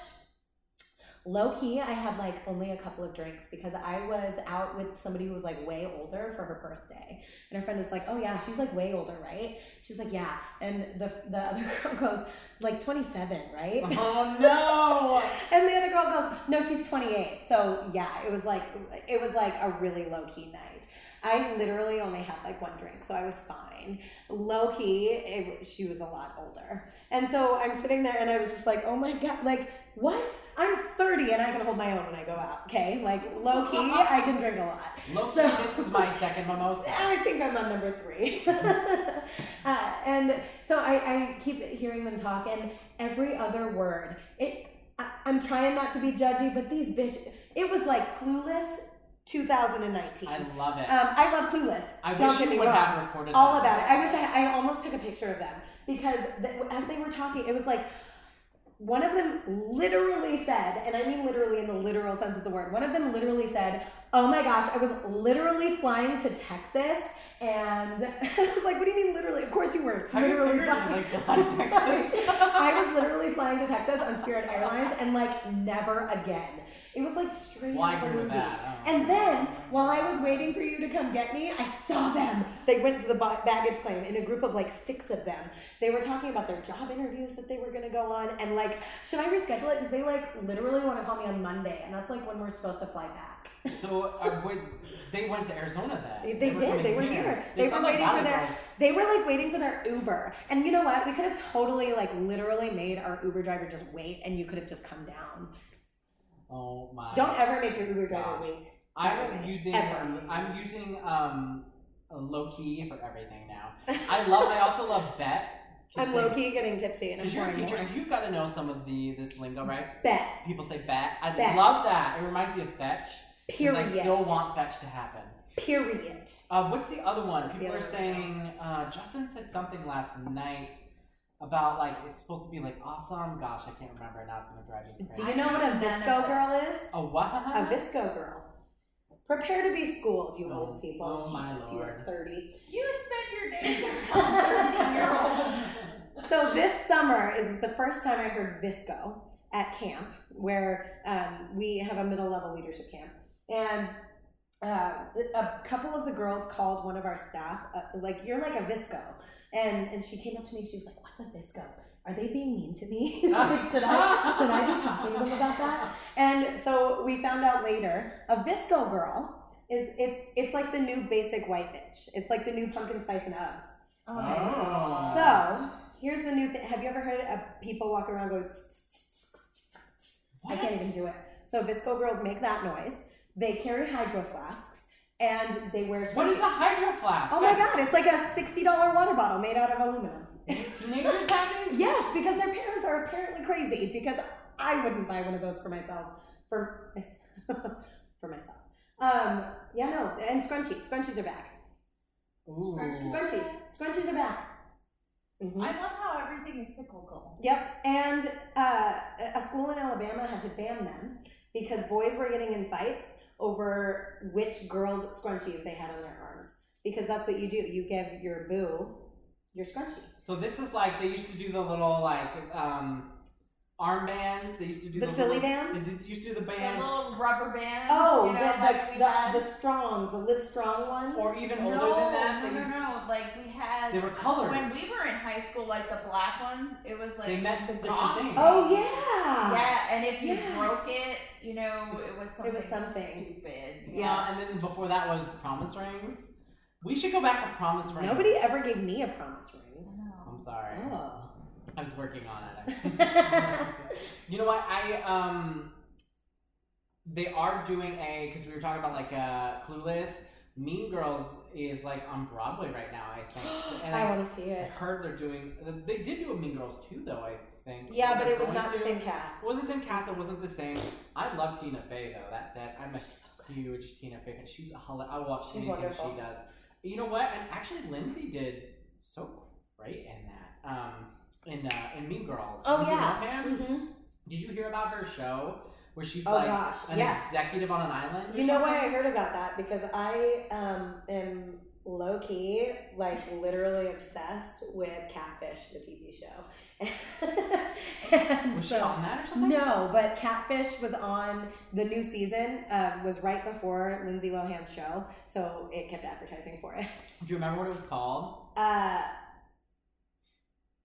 C: Low key, I had like only a couple of drinks because I was out with somebody who was like way older for her birthday. And her friend was like, Oh, yeah, she's like way older, right? She's like, Yeah. And the, the other girl goes, Like 27, right?
B: Oh no!
C: And the other girl goes, "No, she's 28." So yeah, it was like it was like a really low key night. I literally only had like one drink, so I was fine. Low key, it, w- she was a lot older, and so I'm sitting there and I was just like, "Oh my god!" Like what? I'm 30 and I can hold my own when I go out. Okay, like low key, I can drink a lot.
B: Look,
C: So-
B: this is my second mimosa.
C: I think I'm on number three. uh, and so I, I keep hearing them talk, and every other word, it. I, I'm trying not to be judgy, but these bitch, it was like Clueless 2019.
B: I
C: um,
B: love it.
C: I love Clueless.
B: I
C: don't
B: wish
C: get
B: you
C: me
B: would
C: wrong.
B: have recorded
C: All
B: that.
C: about it. I wish I, I almost took a picture of them because th- as they were talking, it was like one of them literally said, and I mean literally in the literal sense of the word, one of them literally said, oh my gosh, I was literally flying to Texas. And I was like, what do you mean literally? Of course you weren't.
B: How do you
C: literally
B: figure
C: flying.
B: like fly to Texas?
C: I was literally flying to Texas on Spirit Airlines and like never again. It was like straight
B: Why
C: out of
B: go
C: the
B: to
C: movie.
B: that? Um, I don't know.
C: And then while I was waiting for you to come get me, I saw them. They went to the ba- baggage claim in a group of like six of them. They were talking about their job interviews that they were gonna go on and like, should I reschedule it? Because they like literally want to call me on Monday, and that's like when we're supposed to fly back.
B: So uh, wait, they went to Arizona then.
C: They
B: were
C: did.
B: coming
C: They were here.
B: They,
C: They
B: sound
C: were
B: like
C: waiting for
B: Valley
C: their-
B: Girls.
C: They were like waiting for their Uber, and you know what? We could have totally like literally made our Uber driver just wait, and you could have just come down.
B: Oh my.
C: Don't ever make your Uber driver
B: Gosh.
C: wait.
B: I'm using.
C: Ever.
B: I'm using um, low key for everything now. I love. I also love bet.
C: I'm low key getting tipsy and I'm
B: Because you're a
C: pouring
B: teacher,
C: more.
B: so you've got to know some of the this lingo,
C: Mm.
B: right?
C: Bet.
B: People say bet. I
C: Bet.
B: love that. It reminds me of fetch. Because
C: Period.
B: I still want fetch to happen.
C: Period.
B: Uh, what's the other one?
C: What's the
B: People are
C: other one?
B: saying uh, Justin said something last night about like it's supposed to be like awesome. Gosh, I can't remember. Now it's gonna drive me
C: Do
B: crazy.
C: you know what a
D: None of
C: visco
D: this.
C: girl is?
B: A what?
C: A visco girl. Prepare to be schooled, you
B: Oh,
C: old people.
B: oh my
C: Jesus, you are
B: lord.
C: 30.
D: You spend your days around 13 year olds.
C: So this summer is the first time I heard visco at camp, where um, we have a middle level leadership camp, and. Uh, a couple of the girls called one of our staff, uh, like, you're like a visco. And, and she came up to me and she was like, What's a visco? Are they being mean to me? like, should I, should I be talking to them about that? And so we found out later, a visco girl is it's it's like the new basic white bitch. It's like the new pumpkin spice and Uggs.
B: Ah.
D: Oh, my
B: Oh.
C: So here's the new thing. Have you ever heard of people walk around going? "Tsk, tsk, tsk, tsk"? I can't even do it. So visco girls make that noise. They carry hydro flasks and they wear.
B: What is a
C: switches.
B: hydro flask?
C: Oh my god! It's like a sixty dollar water bottle made out of aluminum.
B: These teenagers have these?
C: Yes, because their parents are apparently crazy. Because I wouldn't buy one of those for myself. For myself. for myself. Um, yeah, no, and scrunchies. Scrunchies are back.
B: Ooh.
D: Scrunchies.
C: Scrunchies. Scrunchies are back. Mhm.
D: I love how everything is cyclical.
C: Yep, and uh, a school in Alabama had to ban them because boys were getting in fights over which girls' scrunchies they had on their arms. Because that's what you do. You give your boo your scrunchie.
B: So this is like they used to do the little like um, armbands. They used to do
C: The
B: the
C: silly
B: little,
C: bands?
B: They did- used to do the
D: The
B: bands.
D: little rubber bands.
C: Oh,
D: you know,
C: the,
D: like we
C: the,
D: had.
C: the, the strong, the live strong ones.
B: or even
D: no,
B: older than that.
D: no,
B: they,
D: no,
B: used-
D: no. Like we had.
B: they were colored.
D: when we were in high school, like the black ones, it was like
B: They meant
D: the
B: different
D: goth-
B: things.
C: Oh yeah.
D: Yeah, and if you
C: Yes.
D: broke it, you know it was
C: It
D: something,
C: was something.
D: stupid.
C: Yeah.
B: Uh, and then before that was promise rings. We should go back to promise rings.
C: Nobody ever gave me a promise ring.
B: I'm sorry.
C: Oh.
B: I was working on it. actually. you know what? I um, they are doing a because we were talking about like uh, Clueless. Mean Girls is like on Broadway right now, I think. And
C: I want to see
B: I
C: it.
B: heard they're doing. They did do a Mean Girls too, though. I think.
C: Yeah, but
B: They're
C: it was
B: going
C: not the
B: to.
C: same cast.
B: It wasn't the same cast. It wasn't the same. I love Tina Fey though. That said, I'm a huge Tina Fey fan. She's a hell. I watch
C: She's
B: anything
C: wonderful.
B: she does. You know what? And actually, Lindsay did so great in that. Um, in uh, in Mean Girls.
C: Oh,
B: Did you
C: yeah.
B: know, Pam?
C: hmm
B: Did you hear about her show where she's
C: Oh
B: like
C: gosh,
B: an
C: yes.
B: executive on an island? or
C: You know why
B: something?
C: I heard about that? Because I um, am low key, like literally obsessed with Catfish, the TV show. And
B: Was she
C: so-
B: on that or something?
C: No, but Catfish was on the new season. Um, was right before Lindsay Lohan's show, so it kept advertising for it.
B: Do you remember what it was called?
C: uh,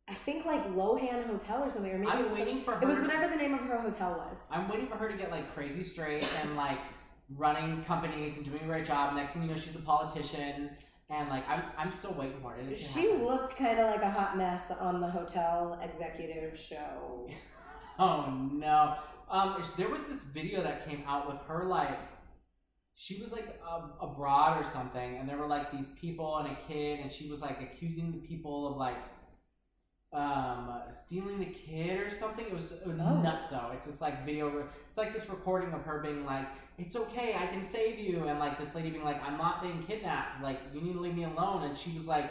C: I think like Lohan Hotel or something, or maybe it
B: I'm
C: was,
B: waiting for her.
C: it was
B: to-
C: whatever the name of her hotel was.
B: I'm waiting for her to get like crazy straight and like running companies and doing the right job. Next thing you know, she's a politician, and like I'm, I'm still waiting for it. It didn't
C: She
B: happen.
C: looked kind of like a hot mess on the hotel executive show.
B: Oh no. Um, it's- there was this video that came out with her like, she was like um, abroad or something, and there were like these people and a kid, and she was like accusing the people of like, um, stealing the kid or something. It was it was
C: Oh.
B: nuts. So it's this like video. It's like this recording of her being like, "It's okay, I can save you," and like this lady being like, "I'm not being kidnapped. Like you need to leave me alone," and she was like.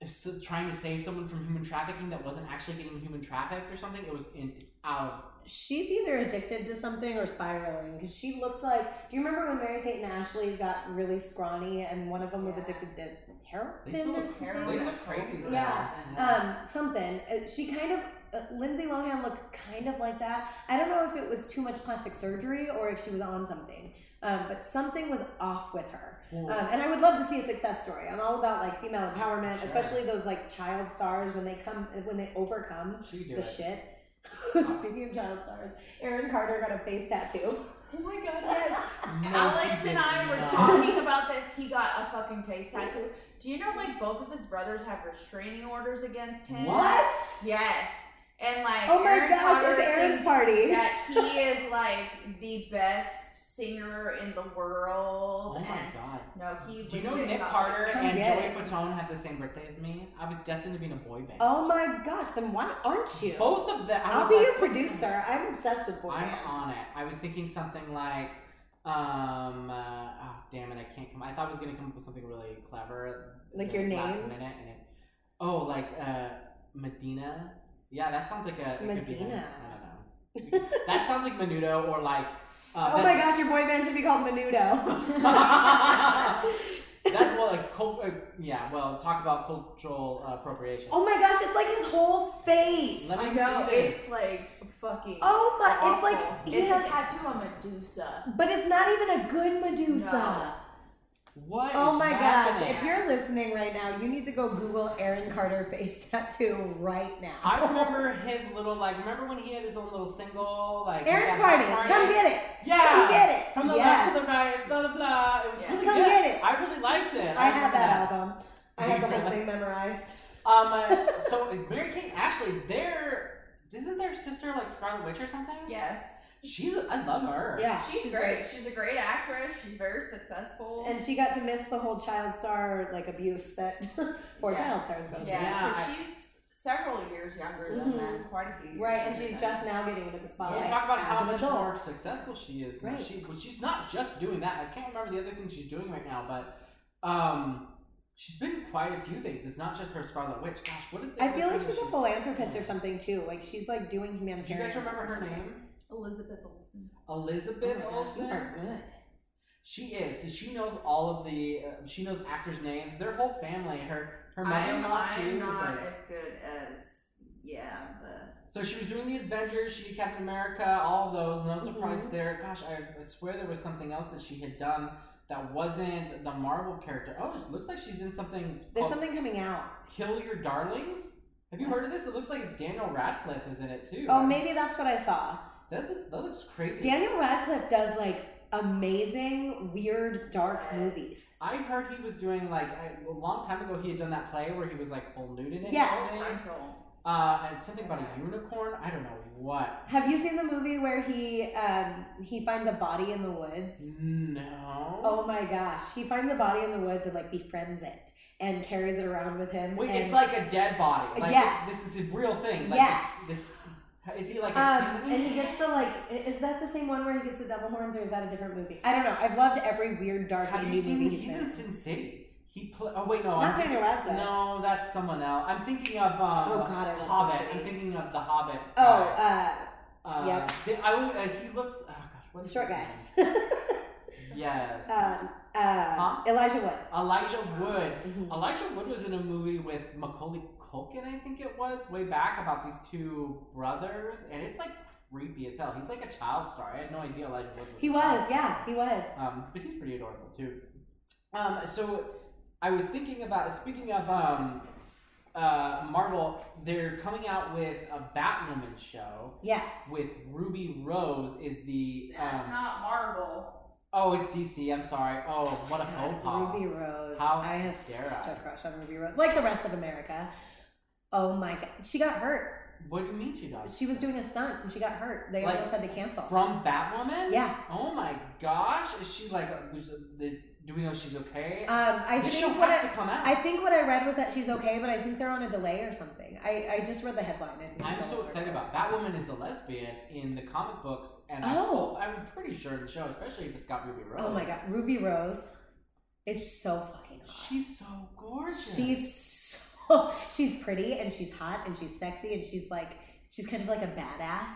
B: s- trying to save someone from human trafficking that wasn't actually getting human trafficked or something. It was in it's out
C: She's either addicted to something or spiraling because she looked like. Do you remember when Mary Kate and Ashley got really scrawny and one of them was
D: Yeah.
C: addicted to
B: of.
C: heroin?
B: They still
C: or
B: look terrible. They
C: something?
B: look crazy.
D: Yeah.
C: um, something. Uh, She kind of, uh, Lindsay Lohan looked kind of like that. I don't know if it was too much plastic surgery or if she was on something, um, but something was off with her.
B: Well,
C: Um, and I would love to see a success story. I'm all about like female empowerment,
B: Sure.
C: especially those like child stars when they come uh, when they overcome
B: she could do
C: the
B: it.
C: shit. Speaking of child stars, Erin Carter got a face tattoo.
D: Oh my god, yes.
B: No,
D: Alex
B: she
D: and I were
B: did not.
D: talking about this. He got a fucking face tattoo. Do you know, like, both of his brothers have restraining orders against him? Oh
B: What?
D: Yes. And, like,
C: Oh my
D: Aaron
C: gosh,
D: Carter
C: it's Aaron's
D: thinks
C: party.
D: That he is, like, the best singer in the world.
B: Oh my
D: and
B: god.
D: no, he
B: Do you know
D: legit
B: Nick
D: got-
B: Carter
C: Come
B: and
C: get
B: Joey
C: it.
B: Fatone had the same birthday as me? I was destined to be in a boy band.
C: Oh my gosh, then why aren't you?
B: Both of them. I
C: I'll
B: was
C: be
B: like,
C: your producer. I'm obsessed with boy
B: I'm
C: bands.
B: on it. I was thinking something like, um, uh, oh damn it, I can't come. I thought I was gonna come up with something really clever,
C: Like
B: the
C: your
B: last
C: name?
B: minute, and it, oh, like uh, Medina. Yeah, that sounds like a it could be like-
C: Medina.
B: I don't know. that sounds like Menudo or like. Uh,
C: oh my
B: that's-
C: gosh, your boy band should be called Menudo.
B: That's well, like cult, uh, yeah. Well, talk about cultural uh, appropriation.
C: oh my gosh, it's like his whole face.
B: Let me
D: I know.
B: see this.
D: It's, like, fucking.
C: Oh my, it's like
D: awful.
C: he
D: It's
C: has,
D: a tattoo on Medusa.
C: but it's not even a good Medusa.
D: No.
B: What?
C: Oh
B: is
C: my gosh,
B: happening?
C: if you're listening right now, you need to go Google Aaron Carter face tattoo right now.
B: I remember his little like. Remember when he had his own little single like.
C: Aaron's
B: that
C: party.
B: house
C: Come get it.
B: Yeah.
C: Come get it.
B: From the
C: Yes.
B: left to the right, blah blah blah. It was
D: Yeah.
B: really
C: Come
B: good.
C: get it.
B: I really liked it.
C: I have
B: remember
C: that album. I
B: Do
C: have
B: you
C: the whole
B: really?
C: thing memorized.
B: Um. uh, so Mary Kate and Ashley, their isn't their sister like Scarlet Witch or something?
D: Yes.
B: She's. I love her.
C: Yeah.
D: She's, great. She's a great actress. She's very successful.
C: And she got to miss the whole child star like abuse that poor
D: Yeah.
C: child stars
B: Oh
C: go through.
D: Yeah, 'cause
B: Yeah,
D: she's several years younger than
C: Mhm.
D: them, quite a few. Years
C: Right, and
D: younger
C: she's
D: than
C: just now getting into the
B: Well,
C: spotlight.
B: talk about
C: as
B: how
C: an
B: much
C: Oh, adult.
B: more successful she is. now.
C: Right.
B: She, well, she's not just doing that. I can't remember the other thing she's doing right now, but um, she's been quite a few things. It's not just her Scarlet Witch. Gosh, what is? the
C: I
B: other
C: feel
B: thing
C: like
B: that
C: she's a philanthropist or something too. Like she's like
B: Do
C: doing
B: you
C: humanitarian.
B: guys remember her
C: work.
B: name?
D: Elizabeth Olsen.
B: Elizabeth
C: Oh my gosh, you
B: Olsen.
C: are good.
B: She is. So she knows all of the. Uh, she knows actors' names. Their whole family. Her her
D: I'm,
B: mother-in-law too.
D: I'm
B: is
D: not
B: like-
D: as good as yeah the.
B: So she was doing the Avengers. She did Captain America. All of those.
C: Mm-hmm.
B: No surprise there. Gosh, I, I swear there was something else that she had done that wasn't the Marvel character. Oh, it looks like she's in something.
C: There's
B: called
C: something coming out.
B: Kill Your Darlings. Have you heard of this? It looks like it's Daniel Radcliffe is in it too.
C: Oh, maybe that's what I saw.
B: That, was- that looks crazy.
C: Daniel Radcliffe does like amazing, weird, dark
D: Yes.
C: movies.
B: I heard he was doing like I, a long time ago. He had done that play where he was like full nude in it.
C: Yes.
B: and everything.
D: Frontal.
B: Uh, and something about a unicorn. I don't know what.
C: Have you seen the movie where he um, he finds a body in the woods?
B: No.
C: Oh my gosh, he finds a body in the woods and like befriends it and carries it around with him.
B: Wait,
C: and,
B: it's like a dead body. Like
C: Yes.
B: this is a real thing. Like,
C: Yes.
B: This, is he like a
C: Um,
B: human?
C: and he gets the like. i- Is that the same one where he gets the devil horns, or is that a different movie? I don't know. I've loved every weird, dark
B: Have
C: indie
B: you seen?
C: movie he's
B: He's
C: been.
B: in Sin City. He play. Oh wait, no.
C: Not
B: I'm
C: Daniel Radcliffe.
B: no, that's someone else. I'm thinking of um,
C: Oh, God, I love Sin
B: Hobbit.
C: City.
B: I'm thinking of the Hobbit.
C: Oh, uh,
B: uh,
C: yep.
B: the- I, will- uh, he looks. Oh gosh, what
C: the
B: is
C: short
B: his
C: guy.
B: name? Yes.
C: um, uh,
B: Huh? Mm-hmm.
C: Elijah Wood.
B: Elijah Wood.
C: Mhm.
B: Elijah Wood was in a movie with Macaulay Culkin, I think it was, way back about these two brothers, and it's like creepy as hell. He's like a child star. I had no idea Elijah Wood was.
C: He
B: a
C: was,
B: child
C: yeah,
B: star.
C: he was.
B: Um, but he's pretty adorable too. Um, so I was thinking about speaking of um, uh, Marvel, they're coming out with a Batwoman show
C: Yes.
B: with Ruby Rose is the
D: That's
B: um,
D: not Marvel.
B: oh it's DC. I'm sorry. Oh, what a
C: God,
B: faux pas.
C: Ruby Rose.
B: How
C: I have
B: dare
C: such
B: I.
C: a crush on Ruby Rose, like the rest of America. Oh my god, she got hurt.
B: What do you mean she does?
C: She was doing a stunt and she got hurt. They
B: Like,
C: almost had to cancel.
B: from Batwoman.
C: yeah.
B: Oh my gosh, is she like? uh, Was the, do we know she's okay?
C: Um, I
B: this show
C: think what
B: has
C: I,
B: to come out.
C: I think what I read was that she's okay, but I think they're on a delay or something. I, I just read the headline. and-
B: am so excited about Batwoman is a lesbian in the comic books, and I
C: Oh.
B: hope, I'm pretty sure in the show, especially if it's got Ruby Rose.
C: Oh my god, Ruby Rose is so fucking hot.
B: she's so gorgeous.
C: She's so people. she's pretty and she's hot and she's sexy and she's like she's kind of like a badass.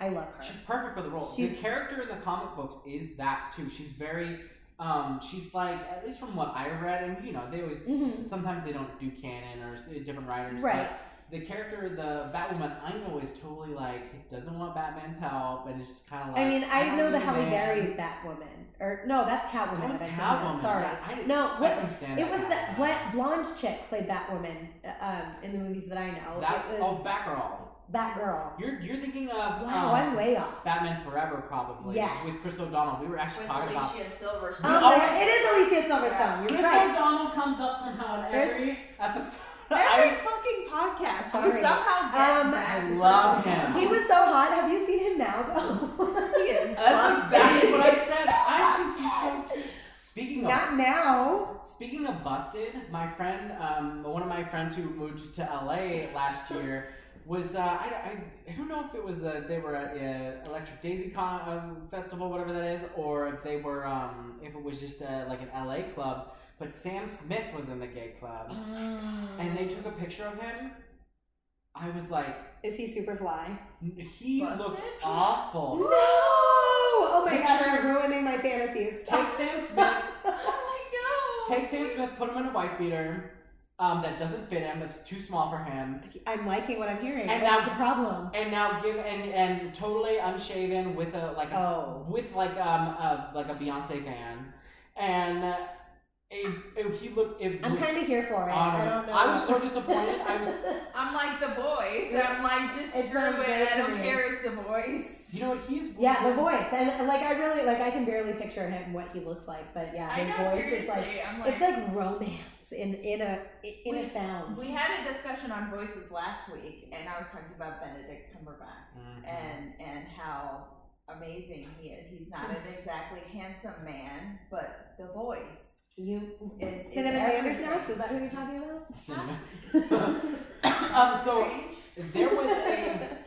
C: I love her.
B: She's perfect for the role. the
C: She's-
B: character in the comic books is that too. She's very, um, she's like at least from what I read, and you know they always
C: Mhm.
B: sometimes they don't do canon or s- uh, different writers, but
C: Right.
B: The character, the Batwoman I know, is totally like doesn't want Batman's help, and it's just kind of like.
C: I mean, I know the
B: "Hey,
C: Halle
B: man."
C: Berry Batwoman, or no, that's Catwoman.
B: That was
C: I'm thinking of.
B: Catwoman.
C: Sorry,
B: Yeah, I didn't-
C: no,
B: I
C: what-
B: couldn't stand
C: it was
B: that
C: that
B: Catwoman.
C: bla- blonde chick played Batwoman uh, um, in the movies that I know.
B: That
C: it was
B: oh, Batgirl.
C: Batgirl.
B: You're you're thinking of um,
C: Wow, I'm way off.
B: Batman Forever probably.
C: Yes.
B: With Chris O'Donnell, we were actually
D: With
B: talking about.
D: Alicia Silverstone.
C: Oh,
B: We
C: my
B: always-
C: God, it is Alicia Silverstone. You're
B: Chris
C: right.
B: O'Donnell comes up somehow in
C: There's-
B: every episode.
D: Every
B: I-
D: fucking podcast.
C: Sorry.
D: We somehow get
C: Um,
D: back to
B: I love
D: Chris
B: him.
C: He was so hot. Have you seen him now? though?
D: O'Donnell. He is.
B: That's
D: busted.
B: exactly what I said. I think he's so cute. Speaking of
C: Not now.
B: speaking of busted, my friend, um, one of my friends who moved to LA last year was uh, I, I, I don't know if it was uh they were at uh, Electric Daisy Con um, festival whatever that is, or if they were um, if it was just uh, like an LA club. But Sam Smith was in the gay club,
D: Oh.
B: Mm. and they took a picture of him. I was like,
C: Is he super fly?
B: he looked
D: Busted?
C: No!
B: awful.
C: Oh my gosh,
B: Picture-
C: you're ruining my fantasies.
B: Take Sam Smith
D: Oh, I know.
B: Take Sam Smith, put him in a white beater um, that doesn't fit him. It's too small for him.
C: I'm liking what I'm hearing.
B: And
C: What's
B: now-
C: the problem?
B: And now give and and totally unshaven with a like a
C: Oh.
B: with like um a, like a Beyonce fan, and uh, it, it- he looked. It
C: I'm
B: looked-
C: kind of here for it. I don't know.
B: I was so disappointed. I was.
D: I'm like the voice. I'm like just
C: It
D: screw
C: sounds
D: it.
C: great
D: I
C: to
D: don't
C: me.
D: care. It's the voice.
B: You know what? He's
C: yeah, the voice, and like I really like I can barely picture him what he looks like, but yeah,
D: I
C: his
D: know.
C: voice is
D: Seriously,
C: like
D: I'm like.
C: it's like romance in in a in a sound.
D: we had a discussion on voices last week, and I was talking about Benedict Cumberbatch.
B: Mhm.
D: and and how amazing he is. He's not an exactly handsome man, but the voice.
C: you
D: Is- is
C: cinnamon
D: everything.
C: Bandersnatch? Is that who you're talking about?
B: um, so
D: Strange.
B: there was a.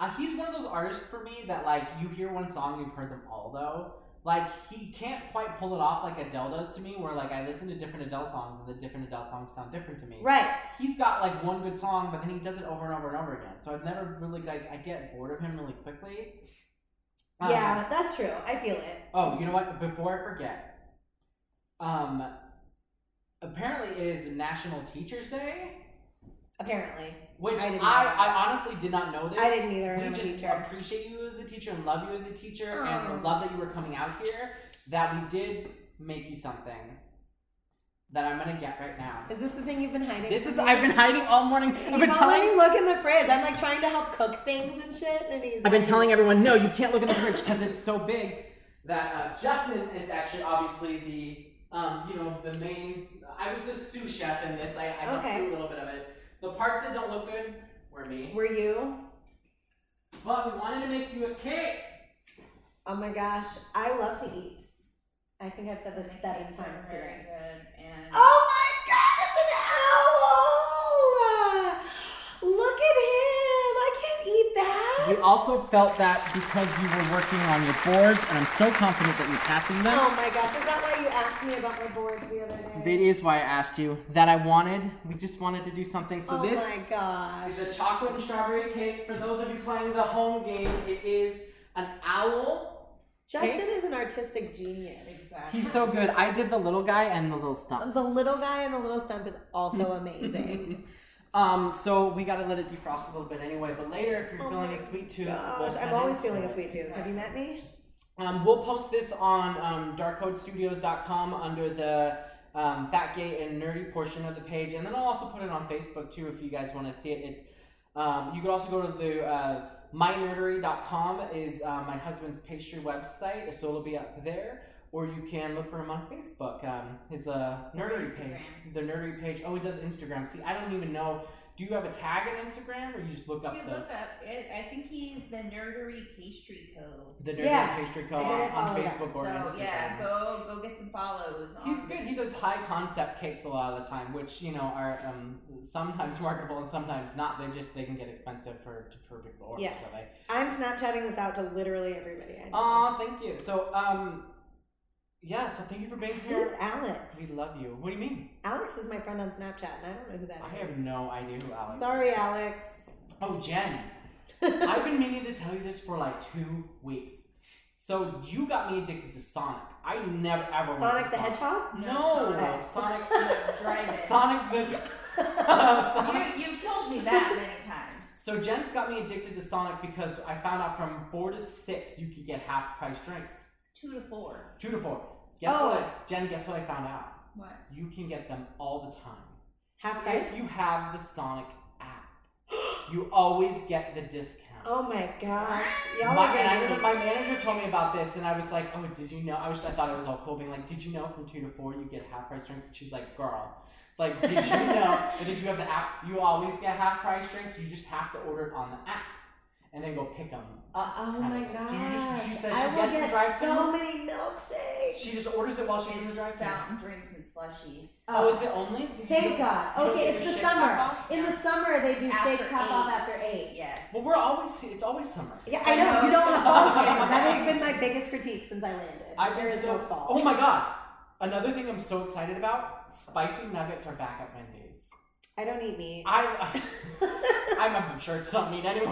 B: Uh, he's one of those artists for me that like you hear one song, you've heard them all though. Like he can't quite pull it off like Adele does to me, where like I listen to different Adele songs and the different Adele songs sound different to me.
C: Right.
B: He's got like one good song, but then he does it over and over and over again. So I've never really like I get bored of him really quickly. Um,
C: yeah, that's true. I feel it.
B: Oh, you know what? Before I forget, um, apparently it is National Teachers Day,
C: Apparently,
B: which
C: I
B: I
C: didn't
B: I,
C: know.
B: honestly did not know this.
C: I didn't either.
B: we
C: I'm a
B: just
C: teacher.
B: appreciate you as a teacher and love you as a teacher
C: Aw.
B: and love that you were coming out here that we did make you something that i'm gonna get right now
C: Is this the thing you've been hiding?
B: this
C: from
B: is
C: me?
B: i've been hiding all morning
C: You
B: i've been
C: won't
B: telling
C: let me look in the fridge. I'm like trying to help cook things and shit, and he's.
B: I've been
C: like-
B: telling everyone, no, you can't look in the fridge because it's so big. That uh, Justin is actually obviously the, um, you know, the main. I was the sous chef in this. I, I got
C: Okay.
B: through a little bit of it. The parts that don't look good were me.
C: Were you?
B: But we wanted to make you a cake.
C: Oh my gosh, I love to eat. I think I've said
D: The
C: this seven
D: cakes
C: times
D: are very
C: today.
D: good, and
C: Oh my god, it's an owl! Look at him! I can't eat that.
A: You also felt that because you were working on your boards, and I'm so confident that you're passing them.
C: oh my gosh, is that why you asked me about my board the other day?
B: That is why I asked you. That I wanted. We just wanted to do something. So
C: oh
B: this
C: my gosh.
B: is a chocolate and strawberry cake. For those of you playing the home game, it is an owl.
C: Justin is an artistic genius.
D: exactly.
B: He's so good. I did the little guy and the little stump.
C: The little guy and the little stump is also amazing.
B: Um, so we gotta let it defrost a little bit anyway, but later if you're
C: Oh
B: feeling
C: my
B: a sweet tooth,
C: gosh,
B: we'll
C: I'm
B: cut
C: always
B: into
C: feeling
B: it.
C: a sweet tooth. Have you met me?
B: Um, we'll post this on um, darkcodestudios.com under the um, fat gay and nerdy portion of the page, and then I'll also put it on Facebook too if you guys want to see it. It's um, you could also go to the uh, mynerdery.com is uh, my husband's pastry website, so it'll be up there. Or you can look for him on Facebook. Um, his uh, nerdery page,
D: Instagram.
B: the nerdery page. Oh, he does Instagram. See, I don't even know. Do you have a tag in Instagram, or you just look up
D: You
B: the
D: look up. It, I think he's the Nerdery Pastry Co.
B: the nerdery
C: Yes,
B: pastry co
C: I
B: Oh, on, on
C: did follow that.
B: Facebook
D: Oh, So
B: or Instagram?
D: yeah, go go get some follows. On
B: He's good. He does high concept cakes a lot of the time, which you know are um, sometimes marketable and sometimes not. They just they can get expensive for for people orders.
C: Yes.
B: So they,
C: I'm Snapchatting this out to literally everybody I know.
B: Aw, thank you. So um, Yeah, so thank you for being
C: Who's
B: here.
C: Alex?
B: We love you. What do you mean?
C: Alex is my friend on Snapchat, and I don't know who that
B: I
C: is.
B: have no idea who Alex. is.
C: Sorry, Alex.
B: Oh, Jen. I've been meaning to tell you this for like two weeks. So you got me addicted to Sonic. I never ever went
C: Sonic
B: to
C: the Hedgehog?
B: No,
C: No,
B: Sonic.
D: Drive
B: Sonic,
D: it.
B: the. Sonic-
D: You, you've told me that many times.
B: So Jen's got me addicted to Sonic because I found out from four to six you could get half price drinks.
D: Two to four.
B: Two to four. Guess
C: Oh.
B: what? I, Jen, guess what I found out?
D: What?
B: You can get them all the time.
C: Half price?
B: If you have the Sonic app, you always get the discount.
C: Oh my gosh. Y'all
B: My,
C: are
B: and I
C: getting
B: remember my manager told me about this, and I was like, "Oh, did you know?" I was, I thought it was all cool, being like, "Did you know from two to four you get half price drinks?" And she's like, "Girl, like, did you know that if you have the app, you always get half price drinks? You just have to order it on the app, and then go pick them."
C: Uh, oh
B: kind
C: my
B: of thing. So you
C: gosh.
B: just- she says
C: I
B: she
C: will
B: gets the
C: get
B: drive-thru.
C: so many milkshakes.
B: She just orders it while she's in the
D: It's
B: drive-thru.
D: fountain drinks and slushies.
B: Oh, is it only?
C: Thank God.
B: You don't
C: Okay,
B: get
C: it's
B: your
C: the
B: shakes
C: summer.
B: half off?
C: In the summer, they do
D: After
C: shakes half off
D: eight.
C: after eight.
D: Yes.
B: Well, we're always. It's always summer.
C: Yeah, I know. You don't have fall here. That has been my biggest critique since I landed.
B: I've
C: there
B: been
C: is
B: so-
C: no fall.
B: Oh my God! Another thing I'm so excited about: spicy nuggets are back at Wendy's.
C: I don't eat meat.
B: I, I am sure it's not meat anyway.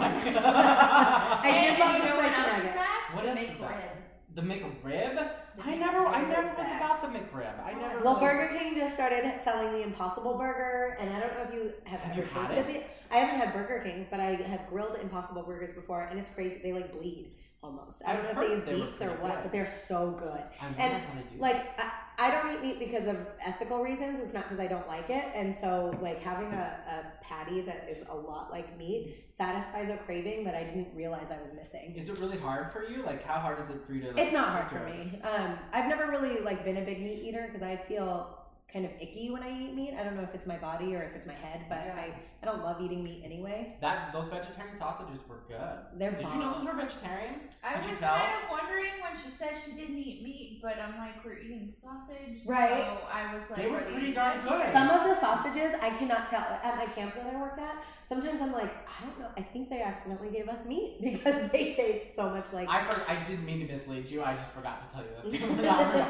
C: I
D: and,
C: did love
D: and
C: the
D: you know what
C: spicy
D: else is
C: nugget.
D: back?
B: What
D: The
B: else is
D: McRib.
B: back? the McRib?
D: The
B: I never, I
D: McRib
B: never
D: is
B: was
D: back.
B: about the McRib. I never.
C: Well,
B: really-
C: Burger King just started selling the Impossible Burger, and I don't know if you have,
B: Have
C: ever
B: you had
C: tasted it. I haven't had Burger Kings, but I have grilled Impossible Burgers before, and it's crazy. They like bleed almost. I
B: I've
C: don't know
B: heard
C: if they
B: they
C: use
B: were
C: beets or
B: pretty
C: what,
B: good.
C: but they're so good.
B: I wonder
C: and,
B: how they do that.
C: Like I, I don't eat meat because of ethical reasons. It's not because I don't like it, and so like having a, a patty that is a lot like meat satisfies a craving that I didn't realize I was missing.
B: Is it really hard for you? Like, how hard is it for you to? Like,
C: It's not hard
B: stick
C: for
B: to it?
C: me. Um, I've never really like been a big meat eater because I feel kind of icky when I eat meat. I don't know if it's my body or if it's my head, but
B: Yeah.
C: I, I don't love eating meat anyway.
B: That those vegetarian sausages were good.
C: They're
B: Did you
C: bomb.
B: know those were vegetarian?
D: I
B: Did
D: was
B: you
D: kind
B: tell?
D: of wondering when she said she didn't eat meat, but I'm like, we're eating sausage.
C: Right.
D: So I was like,
B: They were
D: are
B: pretty
D: these
B: darn
D: veggies?
B: good.
C: Some of the sausages I cannot tell at my camp that I work at. Sometimes I'm like, I don't know. I think they accidentally gave us meat because they taste so much like.
B: I for, I didn't mean to mislead you. I just forgot to tell you that they were not real.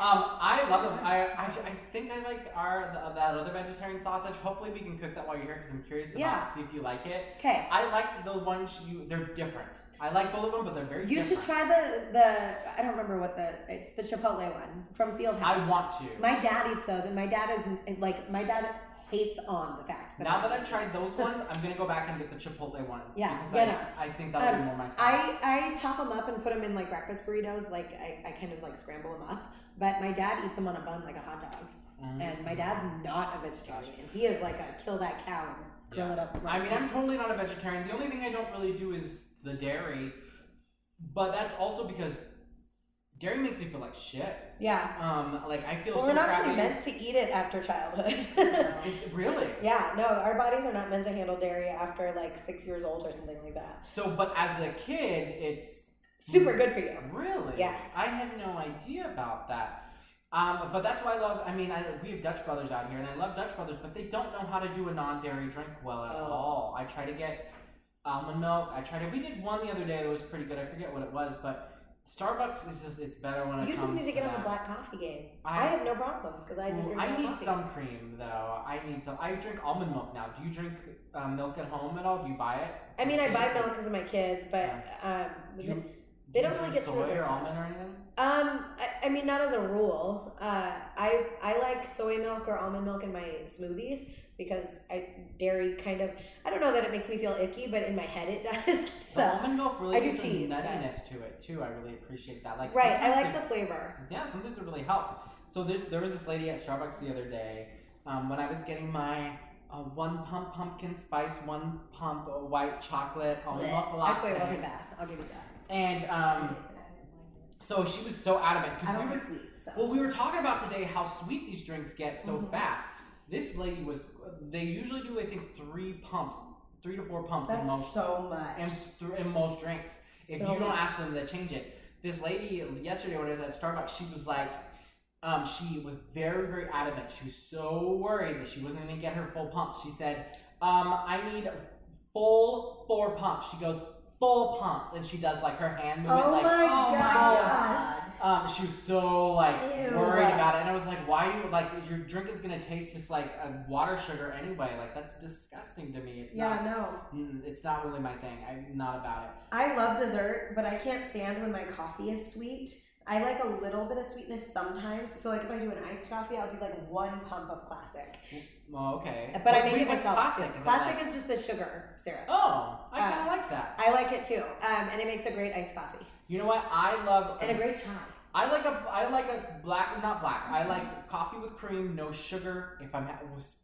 B: Um, I love them. I, I, I think I like our the, that other vegetarian sausage. Hopefully, we can cook that while you're here because I'm curious about
C: Yeah.
B: it, see if you like it.
C: okay,
B: I liked the ones you. They're different. I like both of them, but they're very.
C: you should
B: different.
C: try the the. I don't remember what the it's the Chipotle one from Fieldhouse.
B: I want to.
C: My dad eats those, and my dad is like, my dad hates on the fact that.
B: now that
C: I-
B: I've tried those ones, I'm gonna go back and get the Chipotle ones.
C: Yeah,
B: because
C: get
B: I,
C: 'em.
B: I think that'll be
C: Um,
B: more my style.
C: I, I chop them up and put them in like breakfast burritos. Like I, I kind of like scramble them up. But my dad eats them on a bun like a hot dog.
B: Mm.
C: And my dad's not a vegetarian. He is like a kill that cow and grill
B: Yeah.
C: it up.
B: I mean, I'm totally not a vegetarian. The only thing I don't really do is the dairy, but that's also because dairy makes me feel like shit.
C: yeah.
B: Um, like I feel
C: Well,
B: so
C: we're not
B: crappy.
C: really meant to eat it after childhood.
B: Is- really.
C: yeah, no, our bodies are not meant to handle dairy after like six years old or something like that.
B: So, but as a kid, it's
C: Super good for you.
B: Really?
C: Yes.
B: I had no idea about that. Um, but that's why I love. I mean, I, we have Dutch Brothers out here, and I love Dutch Brothers, but they don't know how to do a non-dairy drink well at
C: Oh.
B: all. I try to get almond milk. I tried to. We did one the other day that was pretty good. I forget what it was, but Starbucks is just it's better when it
C: You just
B: comes
C: need to get on
B: that.
C: the black coffee game. I,
B: I,
C: have no problems because I just drink
B: I
C: black
B: need
C: coffee.
B: some cream though. I need some. I drink almond milk now. Do you drink uh, milk at home at all? Do you buy it?
C: I mean, I buy
B: Do
C: milk because of my kids, but um,
B: you- Do you,
C: They
B: do you
C: don't really
B: drink
C: get to the
B: soy or
C: breakfast.
B: almond or anything?
C: Um, I, I mean, not as a rule. Uh, I I like soy milk or almond milk in my smoothies because I dairy kind of I don't know that it makes me feel icky, but in my head it does.
B: The
C: So
B: almond milk really
C: I do
B: gives a
C: cheese, but-
B: nuttiness to it too. I really appreciate that. Like
C: right, I
B: sometimes
C: like
B: it-
C: the flavor.
B: yeah, sometimes it really helps. So there's there was this lady at Starbucks the other day um, when I was getting my uh, one pump pumpkin spice, one pump white chocolate almond milk latte,
C: Actually, it wasn't bad. I'll give you that.
B: and um, so she was so adamant
C: I
B: because we
C: don't
B: were
C: like sweet, so
B: well, we were talking about today how sweet these drinks get so
C: Mhm.
B: fast. This lady was they usually do I think three pumps, three to four pumps in most
C: so much.
B: and, th- and most drinks. If
C: So
B: you don't
C: much.
B: ask them to change it, this lady yesterday when I was at Starbucks, she was like, um, she was very very adamant. She was so worried that she wasn't going to get her full pumps. She said, um, "I need full four pumps." She goes full pumps, and she does like her hand movement,
C: Oh
B: like
C: my
D: Oh my
C: gosh!
D: god.
B: Um, she was so like
D: Ew.
B: worried about it, and I was like, "Why you like your drink is gonna taste just like a water sugar anyway? Like that's disgusting to me. It's
E: Yeah,
B: not.
E: no.
B: Mm, it's not really my thing. I'm not about it.
E: I love dessert, but I can't stand when my coffee is sweet. I like a little bit of sweetness sometimes. So like if I do an iced coffee, I'll do like one pump of classic.
B: Well, okay.
C: But I
B: What-
C: make
B: wait,
C: it
B: what's
C: myself.
B: Classic.
C: too.
B: Is it
C: classic
B: like-
C: is just the sugar syrup.
B: Oh, I kind of
C: Uh,
B: like that.
C: I like it too, um, and it makes a great iced coffee
B: You know what? I
E: Oh.
B: love.
C: and a great chai.
B: I like a. I like a black. Not black. I like coffee with cream, no sugar. If I'm, ha-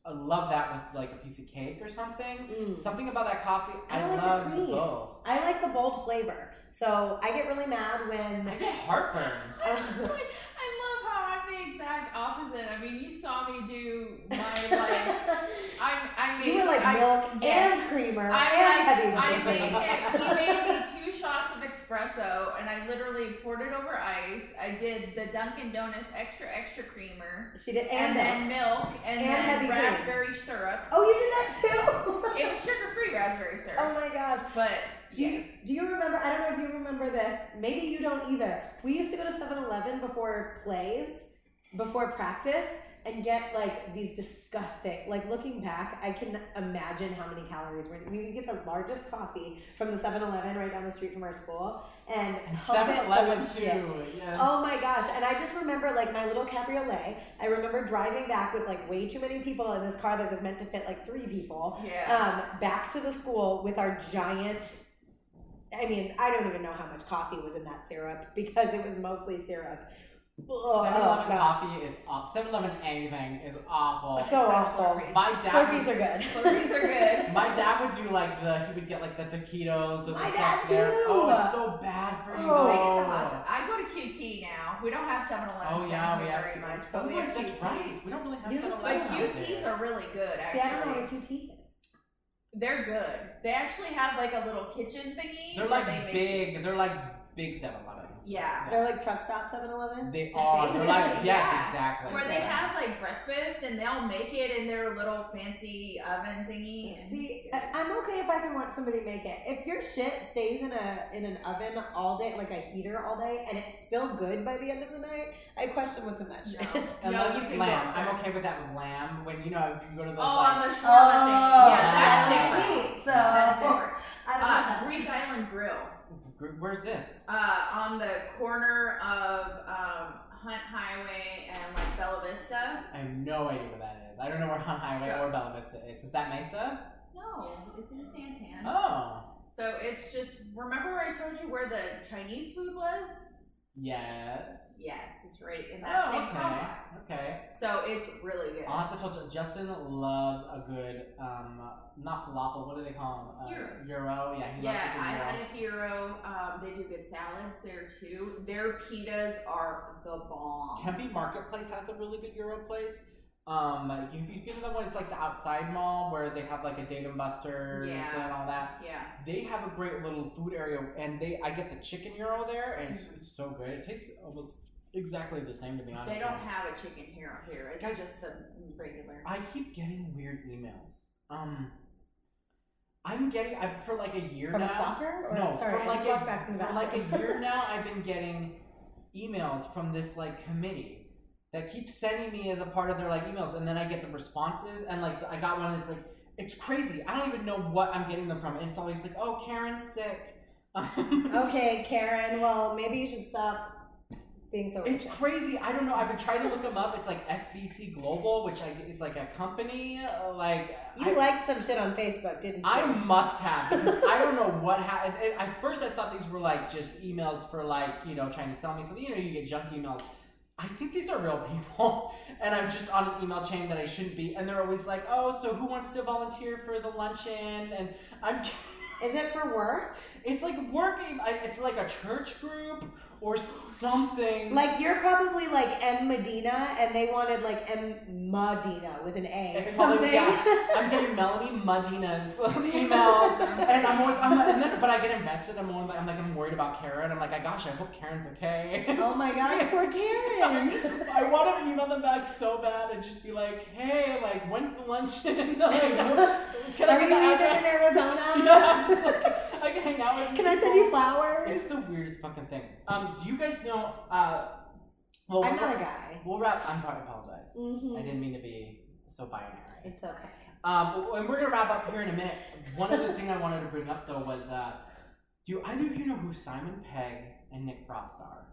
B: I love that with like a piece of cake or something.
C: Hmm.
E: Mm.
B: Something about that coffee. I,
E: I like the
B: love
E: cream.
B: both.
C: I like the bold flavor, so I get really mad when
B: I get heartburn.
D: I love how I'm the exact opposite. I mean, you saw me do my like. I'm. I made.
C: you were like
D: I,
C: milk and creamer and
D: I
C: heavy
D: like. I
C: creamer.
D: made it. He made me two shots of espresso, and I literally poured it over ice. I did the Dunkin' Donuts extra extra creamer,
C: She did, and,
D: and, then
C: milk.
D: milk, and,
C: And heavy
D: then
C: cream.
D: raspberry syrup.
C: Oh, you did that too.
D: It was sugar free raspberry syrup,
C: oh my gosh.
D: but
C: Do
D: yeah.
C: you, do you remember? I don't know if you remember this. Maybe you don't either. We used to go to 7 Eleven before plays, before practice, and get like these disgusting, like looking back, I can imagine how many calories were. We would get the largest coffee from the 7 Eleven right down the street from our school and
B: And
C: pump it
B: 7
C: full
B: Eleven,
C: of
B: too.
C: shit.
B: Yes.
C: Oh my gosh. And I just remember like my little cabriolet. I remember driving back with like way too many people in this car that was meant to fit like three people
D: yeah.
C: um, back to the school with our giant. I mean, I don't even know how much coffee was in that syrup because it was mostly syrup. Ugh, Oh,
B: 7 Eleven
C: gosh.
B: coffee is awful. 7 Eleven anything is awful.
C: So
D: Except
C: awful.
D: Slurpees.
B: My dad,
C: Slurpees are good.
D: Slurpees are good.
B: my dad would do like the, he would get like the taquitos and
C: My
B: the
C: dad,
B: stuff there.
C: too.
B: Oh, it's so bad for you.
C: Oh.
D: I, get
B: though.
D: the hot- I go to QT now. We don't have 7 Elevens
B: oh yeah, we have
D: very
B: Q-
D: much,
B: oh,
D: but we
B: wait,
D: have
B: that's
D: QTs.
B: right. We don't really have
C: You
B: 7
C: don't
D: But
B: Eleven.
D: QTs are really good,
C: See, I don't know where
D: actually.
C: QT is.
D: They're good. They actually have like a little kitchen thingy.
B: They're
D: where
B: like
D: they make-
B: big, they're like big 7 Elevens.
D: Yeah.
C: They're like truck stop 7 Eleven.
B: They are. They're like,
D: Basically,
B: yes,
D: yeah.
B: exactly.
D: Where they
B: yeah.
D: have like breakfast and they'll make it in their little fancy oven thingy. And
C: See, I- I'm okay if I can watch somebody make it. If your shit stays in a in an oven all day, like a heater all day, and it's still good by the end of the night, I question what's in that shit.
D: No.
B: Unless
D: you
B: it's
D: can
B: lamb.
D: go-
B: I'm okay with that with lamb when, you know, if you go to those
D: oh,
B: like,
D: on the shawarma
C: Oh,
D: thing. Yeah, that's
B: yeah.
D: different.
C: So
D: That's different.
C: I don't know.
D: Uh, Greek Island Grill.
B: Where's this?
D: uh, on the corner of um, Hunt Highway and like Bella Vista.
B: I have no idea what that is. I don't know where Hunt Highway
D: So-
B: or Bella Vista is. Is that Mesa?
D: No, it's in Santan.
B: Oh.
D: So it's just remember where I told you where the Chinese food was?
B: Yes.
D: Yes, it's right in that same complex.
B: Oh, okay. Okay.
D: So it's really good.
B: I'll have to tell Justin loves a good, um, not falafel, what do they call them?
D: Gyros.
B: Euro. Yeah, he
D: yeah,
B: loves a good
D: I
B: gyro.
D: had a hero. Um, they do good salads there too. Their pitas are the bomb.
B: Tempe Marketplace has a really good Euro place. Um, like, if you've been to the one, it's like the outside mall where they have like a Date and Buster's
D: Yeah.
B: and all that.
D: yeah,
B: they have a great little food area and they i get the chicken euro there and it's, it's so good it tastes almost exactly the same to be honest
D: Mm-hmm. they don't have a chicken hero here. It's
B: Guys-
D: just the regular.
B: i keep getting weird emails um i'm getting I, for like a year
C: From
B: now
C: a stalker? Or,
B: no
C: sorry,
B: from
C: I
B: like
C: just
B: a,
C: walked back from the
B: for
C: bathroom.
B: like a year now i've been getting emails from this like committee that keeps sending me as a part of their like emails and then i get the responses and like i got one that's like it's crazy i don't even know what i'm getting them from and it's always like oh karen's sick
C: okay, Karen. Well, maybe you should stop being so.
B: It's
C: racist.
B: crazy. I don't know. I've been trying to look them up. It's like SBC Global, which I, is like a company. uh, Like
C: You
B: I,
C: liked some shit on Facebook, didn't you?
B: I must have because I don't know what happened. At first, I thought these were like just emails for like you know trying to sell me something. You know, you get junk emails. I think these are real people, and I'm just on an email chain that I shouldn't be. And they're always like, "Oh, so who wants to volunteer for the luncheon?" And I'm,
C: Is it for work?
B: it's like working. I- It's like a church group or something.
C: Like you're probably like M Medina, and they wanted like M Medina with an A
B: It's
C: or
B: probably-
C: something.
B: yeah. I'm getting Melanie Mudina's emails, and I'm always, I'm like, and then, but I get invested. I'm always, like, I'm like, I'm worried about Karen. I'm like, I gosh, I hope Karen's okay.
C: oh my gosh, poor Karen.
B: I want to email them back so bad and just be like, hey, like, when's the luncheon? like, can
C: Are
B: I
C: you
B: get
C: even
B: the
C: in
B: address?
C: Arizona?
B: Yeah, I'm just like, I can hang out with.
C: Can I send
B: people.
C: you flowers?
B: It's the weirdest fucking thing. Um, Um, do you guys know? Uh, well,
F: I'm
B: we'll-
F: not a guy.
B: We'll wrap. I'm sorry. I apologize.
F: Mhm.
C: Mm-hmm.
B: I didn't mean to be so binary.
F: It's okay.
B: Um, and we're gonna wrap up here in a minute. One other thing I wanted to bring up though was, uh, do either of you know who Simon Pegg and Nick Frost are?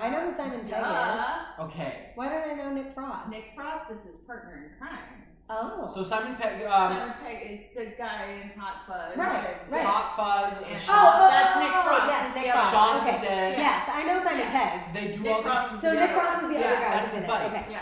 C: I know who Simon Pegg
D: Uh, Duh.
B: Okay,
C: Why don't I know Nick Frost?
D: Nick Frost is his partner in crime.
C: Oh.
B: so Simon Pegg, um,
D: Simon Pegg, it's the guy in Hot Fuzz.
C: Right,
D: and-
C: right.
B: Hot Fuzz,
D: And-
B: and
C: oh,
B: Shaun,
C: oh,
D: That's
C: oh,
D: Nick
C: oh,
D: Frost.
C: Yes,
D: It's
C: Nick
D: the
C: Frost.
D: other-
B: Shaun of
C: okay.
B: the Dead.
C: Yes, I know Simon Pegg.
B: They do
D: Nick
B: all
D: Frost
B: this.
D: is
C: So
D: the
C: Nick
D: other
C: Frost
D: one.
C: is the
D: yeah,
C: other guy.
B: that's
C: in
B: his
C: it.
B: buddy.
C: Okay.
D: Yeah.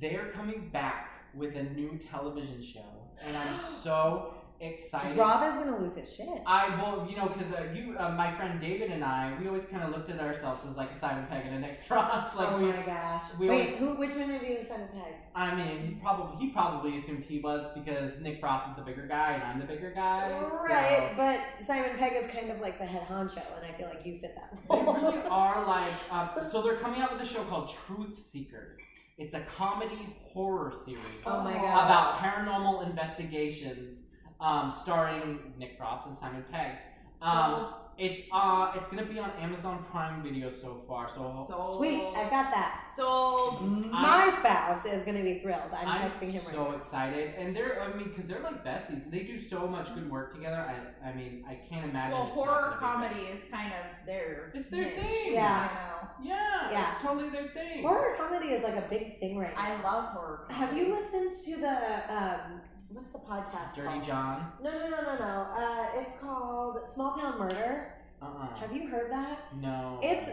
B: They're coming back with a new television show, and I'm so excited.
C: Rob is gonna lose his shit.
B: I well, you know, because uh, you, uh, my friend David and I, we always kind of looked at ourselves as like a Simon Pegg and a Nick Frost. Like
C: oh
B: we,
C: my gosh.
B: we
C: Wait,
B: always-
C: who? Which one of you is Simon Pegg?
B: I mean, he probably he probably assumed he was because Nick Frost is the bigger guy and I'm the bigger guy.
C: Right, but Simon Pegg is kind of like the head honcho, and I feel like you fit that
B: So. They
C: role.
B: really are like uh, so. They're coming out with a show called Truth Seekers. It's a comedy horror series
C: oh my gosh.
B: about paranormal investigations, um, starring Nick Frost and Simon Pegg. Um,
D: Sold.
B: it's uh, it's gonna be on Amazon Prime Video so far. So
D: Sold.
C: Sweet, I've got that.
D: Sold.
C: My spouse is gonna be thrilled. I'm,
B: I'm
C: texting him right
B: so
C: now.
B: excited, and they're I mean, because they're like besties, and they do so much good work together. I I mean, I can't imagine.
D: Well,
B: it's not
D: horror
B: gonna be
D: comedy is kind of their.
B: It's their
D: niche,
B: thing.
C: Yeah.
B: good. Yeah,
C: Yeah.
B: it's totally their thing.
C: Horror comedy is like a big thing right
D: You know,
C: now.
D: I love horror. Comedy.
C: Have you listened to the um, what's the podcast?
B: Dirty
C: called?
B: John.
C: No, no, no, no, no. Uh, it's called Small Town Murder.
B: Uh uh
C: Have you heard that?
B: No.
C: It's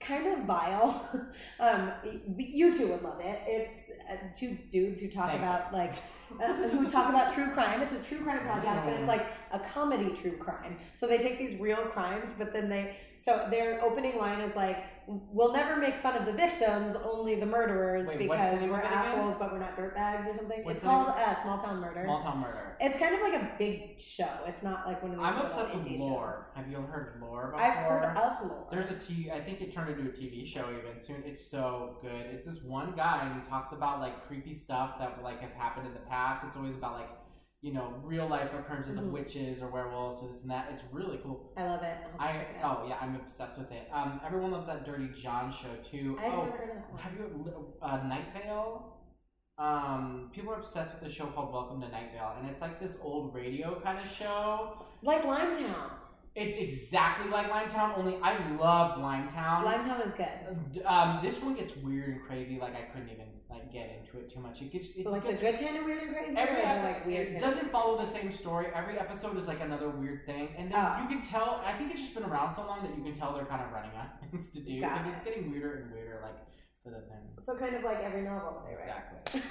C: kind of vile. um, y- you two would love it. It's uh, two dudes who talk
B: Thank you.
C: about like uh, who talk about true crime. It's a true crime podcast, but
B: Mm.
C: it's like a comedy true crime. So they take these real crimes, but then they so their opening line is like, "We'll never make fun of the victims, only the murderers,
B: Wait, what's the
C: because
B: name of
C: we're
B: it again?
C: assholes, but we're not dirtbags or something."
B: What's
C: it's
B: the name?
C: called uh, Small Town Murder.
B: Small Town Murder.
C: it's kind of like a big show. It's not like one of these.
B: I'm
C: little
B: obsessed with
C: indie
B: lore. Have you heard of lore
C: shows.
B: before?
C: I've heard of lore.
B: There's a T. I think it turned into a TV show even soon. It's so good. It's this one guy and he talks about like creepy stuff that like have happened in the past. It's always about like you know real life occurrences
C: Mhm.
B: of witches or werewolves or this and that. It's really cool.
C: I love it. I'll
B: I
C: check it out.
B: oh yeah, I'm obsessed with it. Um, everyone loves that Dirty John show too.
C: I've
B: oh,
C: never heard of that one.
B: have you uh, Night Vale? Um, people are obsessed with this show called Welcome to Night Vale, and it's like this old radio kind of show.
C: Like Limetown.
B: It's exactly like Limetown, only I loved Limetown.
C: Limetown is good.
B: Um, this one gets weird and crazy. Like I couldn't even like get into it too much. It gets it's
C: So like the
B: gets-
C: good kind of weird and crazy,
B: every
C: or the
B: epi-
C: like weird.
B: it
C: kind
B: doesn't follow the same story. Every episode is like another weird thing, and then
C: Ah.
B: you can tell. I think it's just been around so long that you can tell they're kind of running out of things to do
C: Got
B: because
C: it.
B: it's getting weirder and weirder. Like for the thing.
C: Of, so kind of like every novel, they write.
B: Exactly.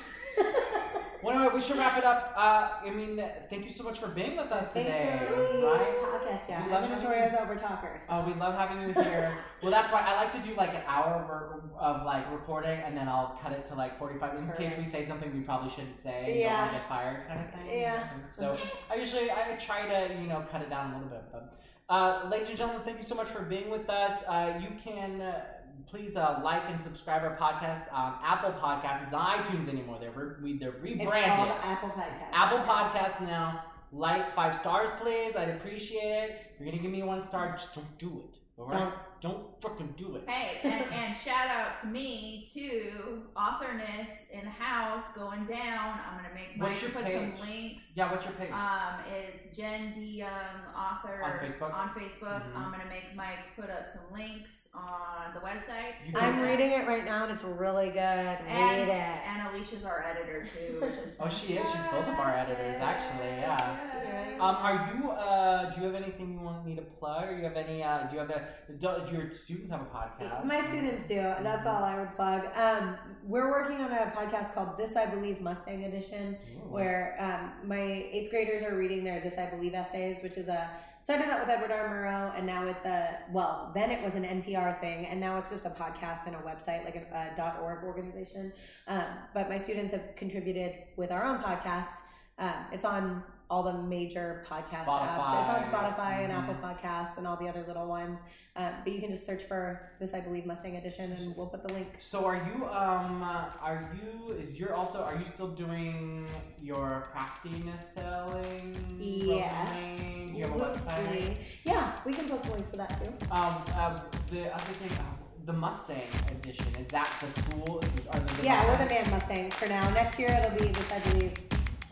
B: well, anyway, we should wrap it up. Uh, I mean, thank you so much for being with us
C: Thanks
B: today.
C: for really
B: Right?
C: talk at ya.
B: We love
C: I'm
B: having
C: notorious over talkers.
B: Uh, we love having you here. Well, that's why I like to do like an hour of, of like recording, and then I'll cut it to like forty-five minutes in case we say something we probably shouldn't say. and Don't want
C: Yeah.
B: to get fired, kind of thing.
C: Yeah.
B: So I usually I try to you know cut it down a little bit. But uh, ladies and gentlemen, thank you so much for being with us. Uh, you can. Uh, Please uh, like and subscribe our podcast on Apple Podcasts. It's not iTunes anymore. They're re- we, they're
C: It's
B: rebranded.
C: called Apple Podcast.
B: Apple Podcasts now. Like five stars, please. I'd appreciate it. If you're gonna give me one star, just don't do it. All right? Don't fucking do it.
D: Hey, and, and shout out to me too, authorness in the house going down. I'm gonna make Mike
B: What's your
D: put
B: page?
D: some links.
B: Yeah, what's your page?
C: Uh,
D: Um, it's Jen D Young, author
B: On Facebook?
D: On Facebook,
B: Mhm.
D: I'm gonna make Mike put up some links on the website.
B: You can-
C: I'm reading it right now, and it's really good.
D: And,
C: Read it.
D: and Alicia's our editor too, which is
B: Oh, she is. She's both of our editors, actually, yeah.
D: fantastic.
B: um, are you? Uh, do you have anything you want me to plug? Or you have any? Uh, do you have a? Do your students have a podcast? Mm-hmm.
C: My students do. That's all I would plug. Um, we're working on a podcast called This I Believe Mustang Edition.
B: Ooh.
C: where um, my eighth graders are reading their This I Believe essays, which is a started out with Edward R. Murrow, and now it's a well, then it was an NPR thing, and now it's just a podcast and a website, like a, a .org organization. Um, but my students have contributed with our own podcast. Um, it's on all the major podcast apps. It's
B: Spotify.
C: on Spotify and
B: Mhm.
C: Apple Podcasts and all the other little ones. Um, but you can just search for This I Believe Mustang Edition, and we'll put the link.
B: So are you? Um, uh, are you? Is your also? Are you still doing your craftiness selling?
C: Yes.
B: rolling? Do you have a website?
C: Loosely. Yeah, we can post links to that too.
B: Um, uh, the um, other thing, uh, the Mustang edition? Is that the school? Is this, are there the
C: Yeah, we're
B: Mustangs?
C: the man Mustang for now. Next year it'll be this, I believe,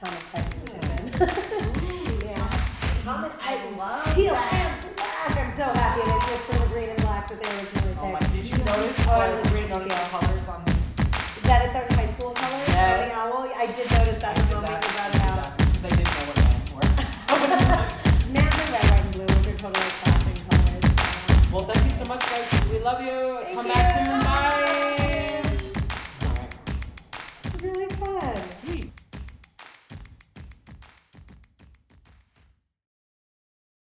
C: Thomas
G: Yeah.
C: Titan.
D: Thomas, I love
C: Heel
D: that.
C: and black. I'm so
B: Oh,
C: happy Oh,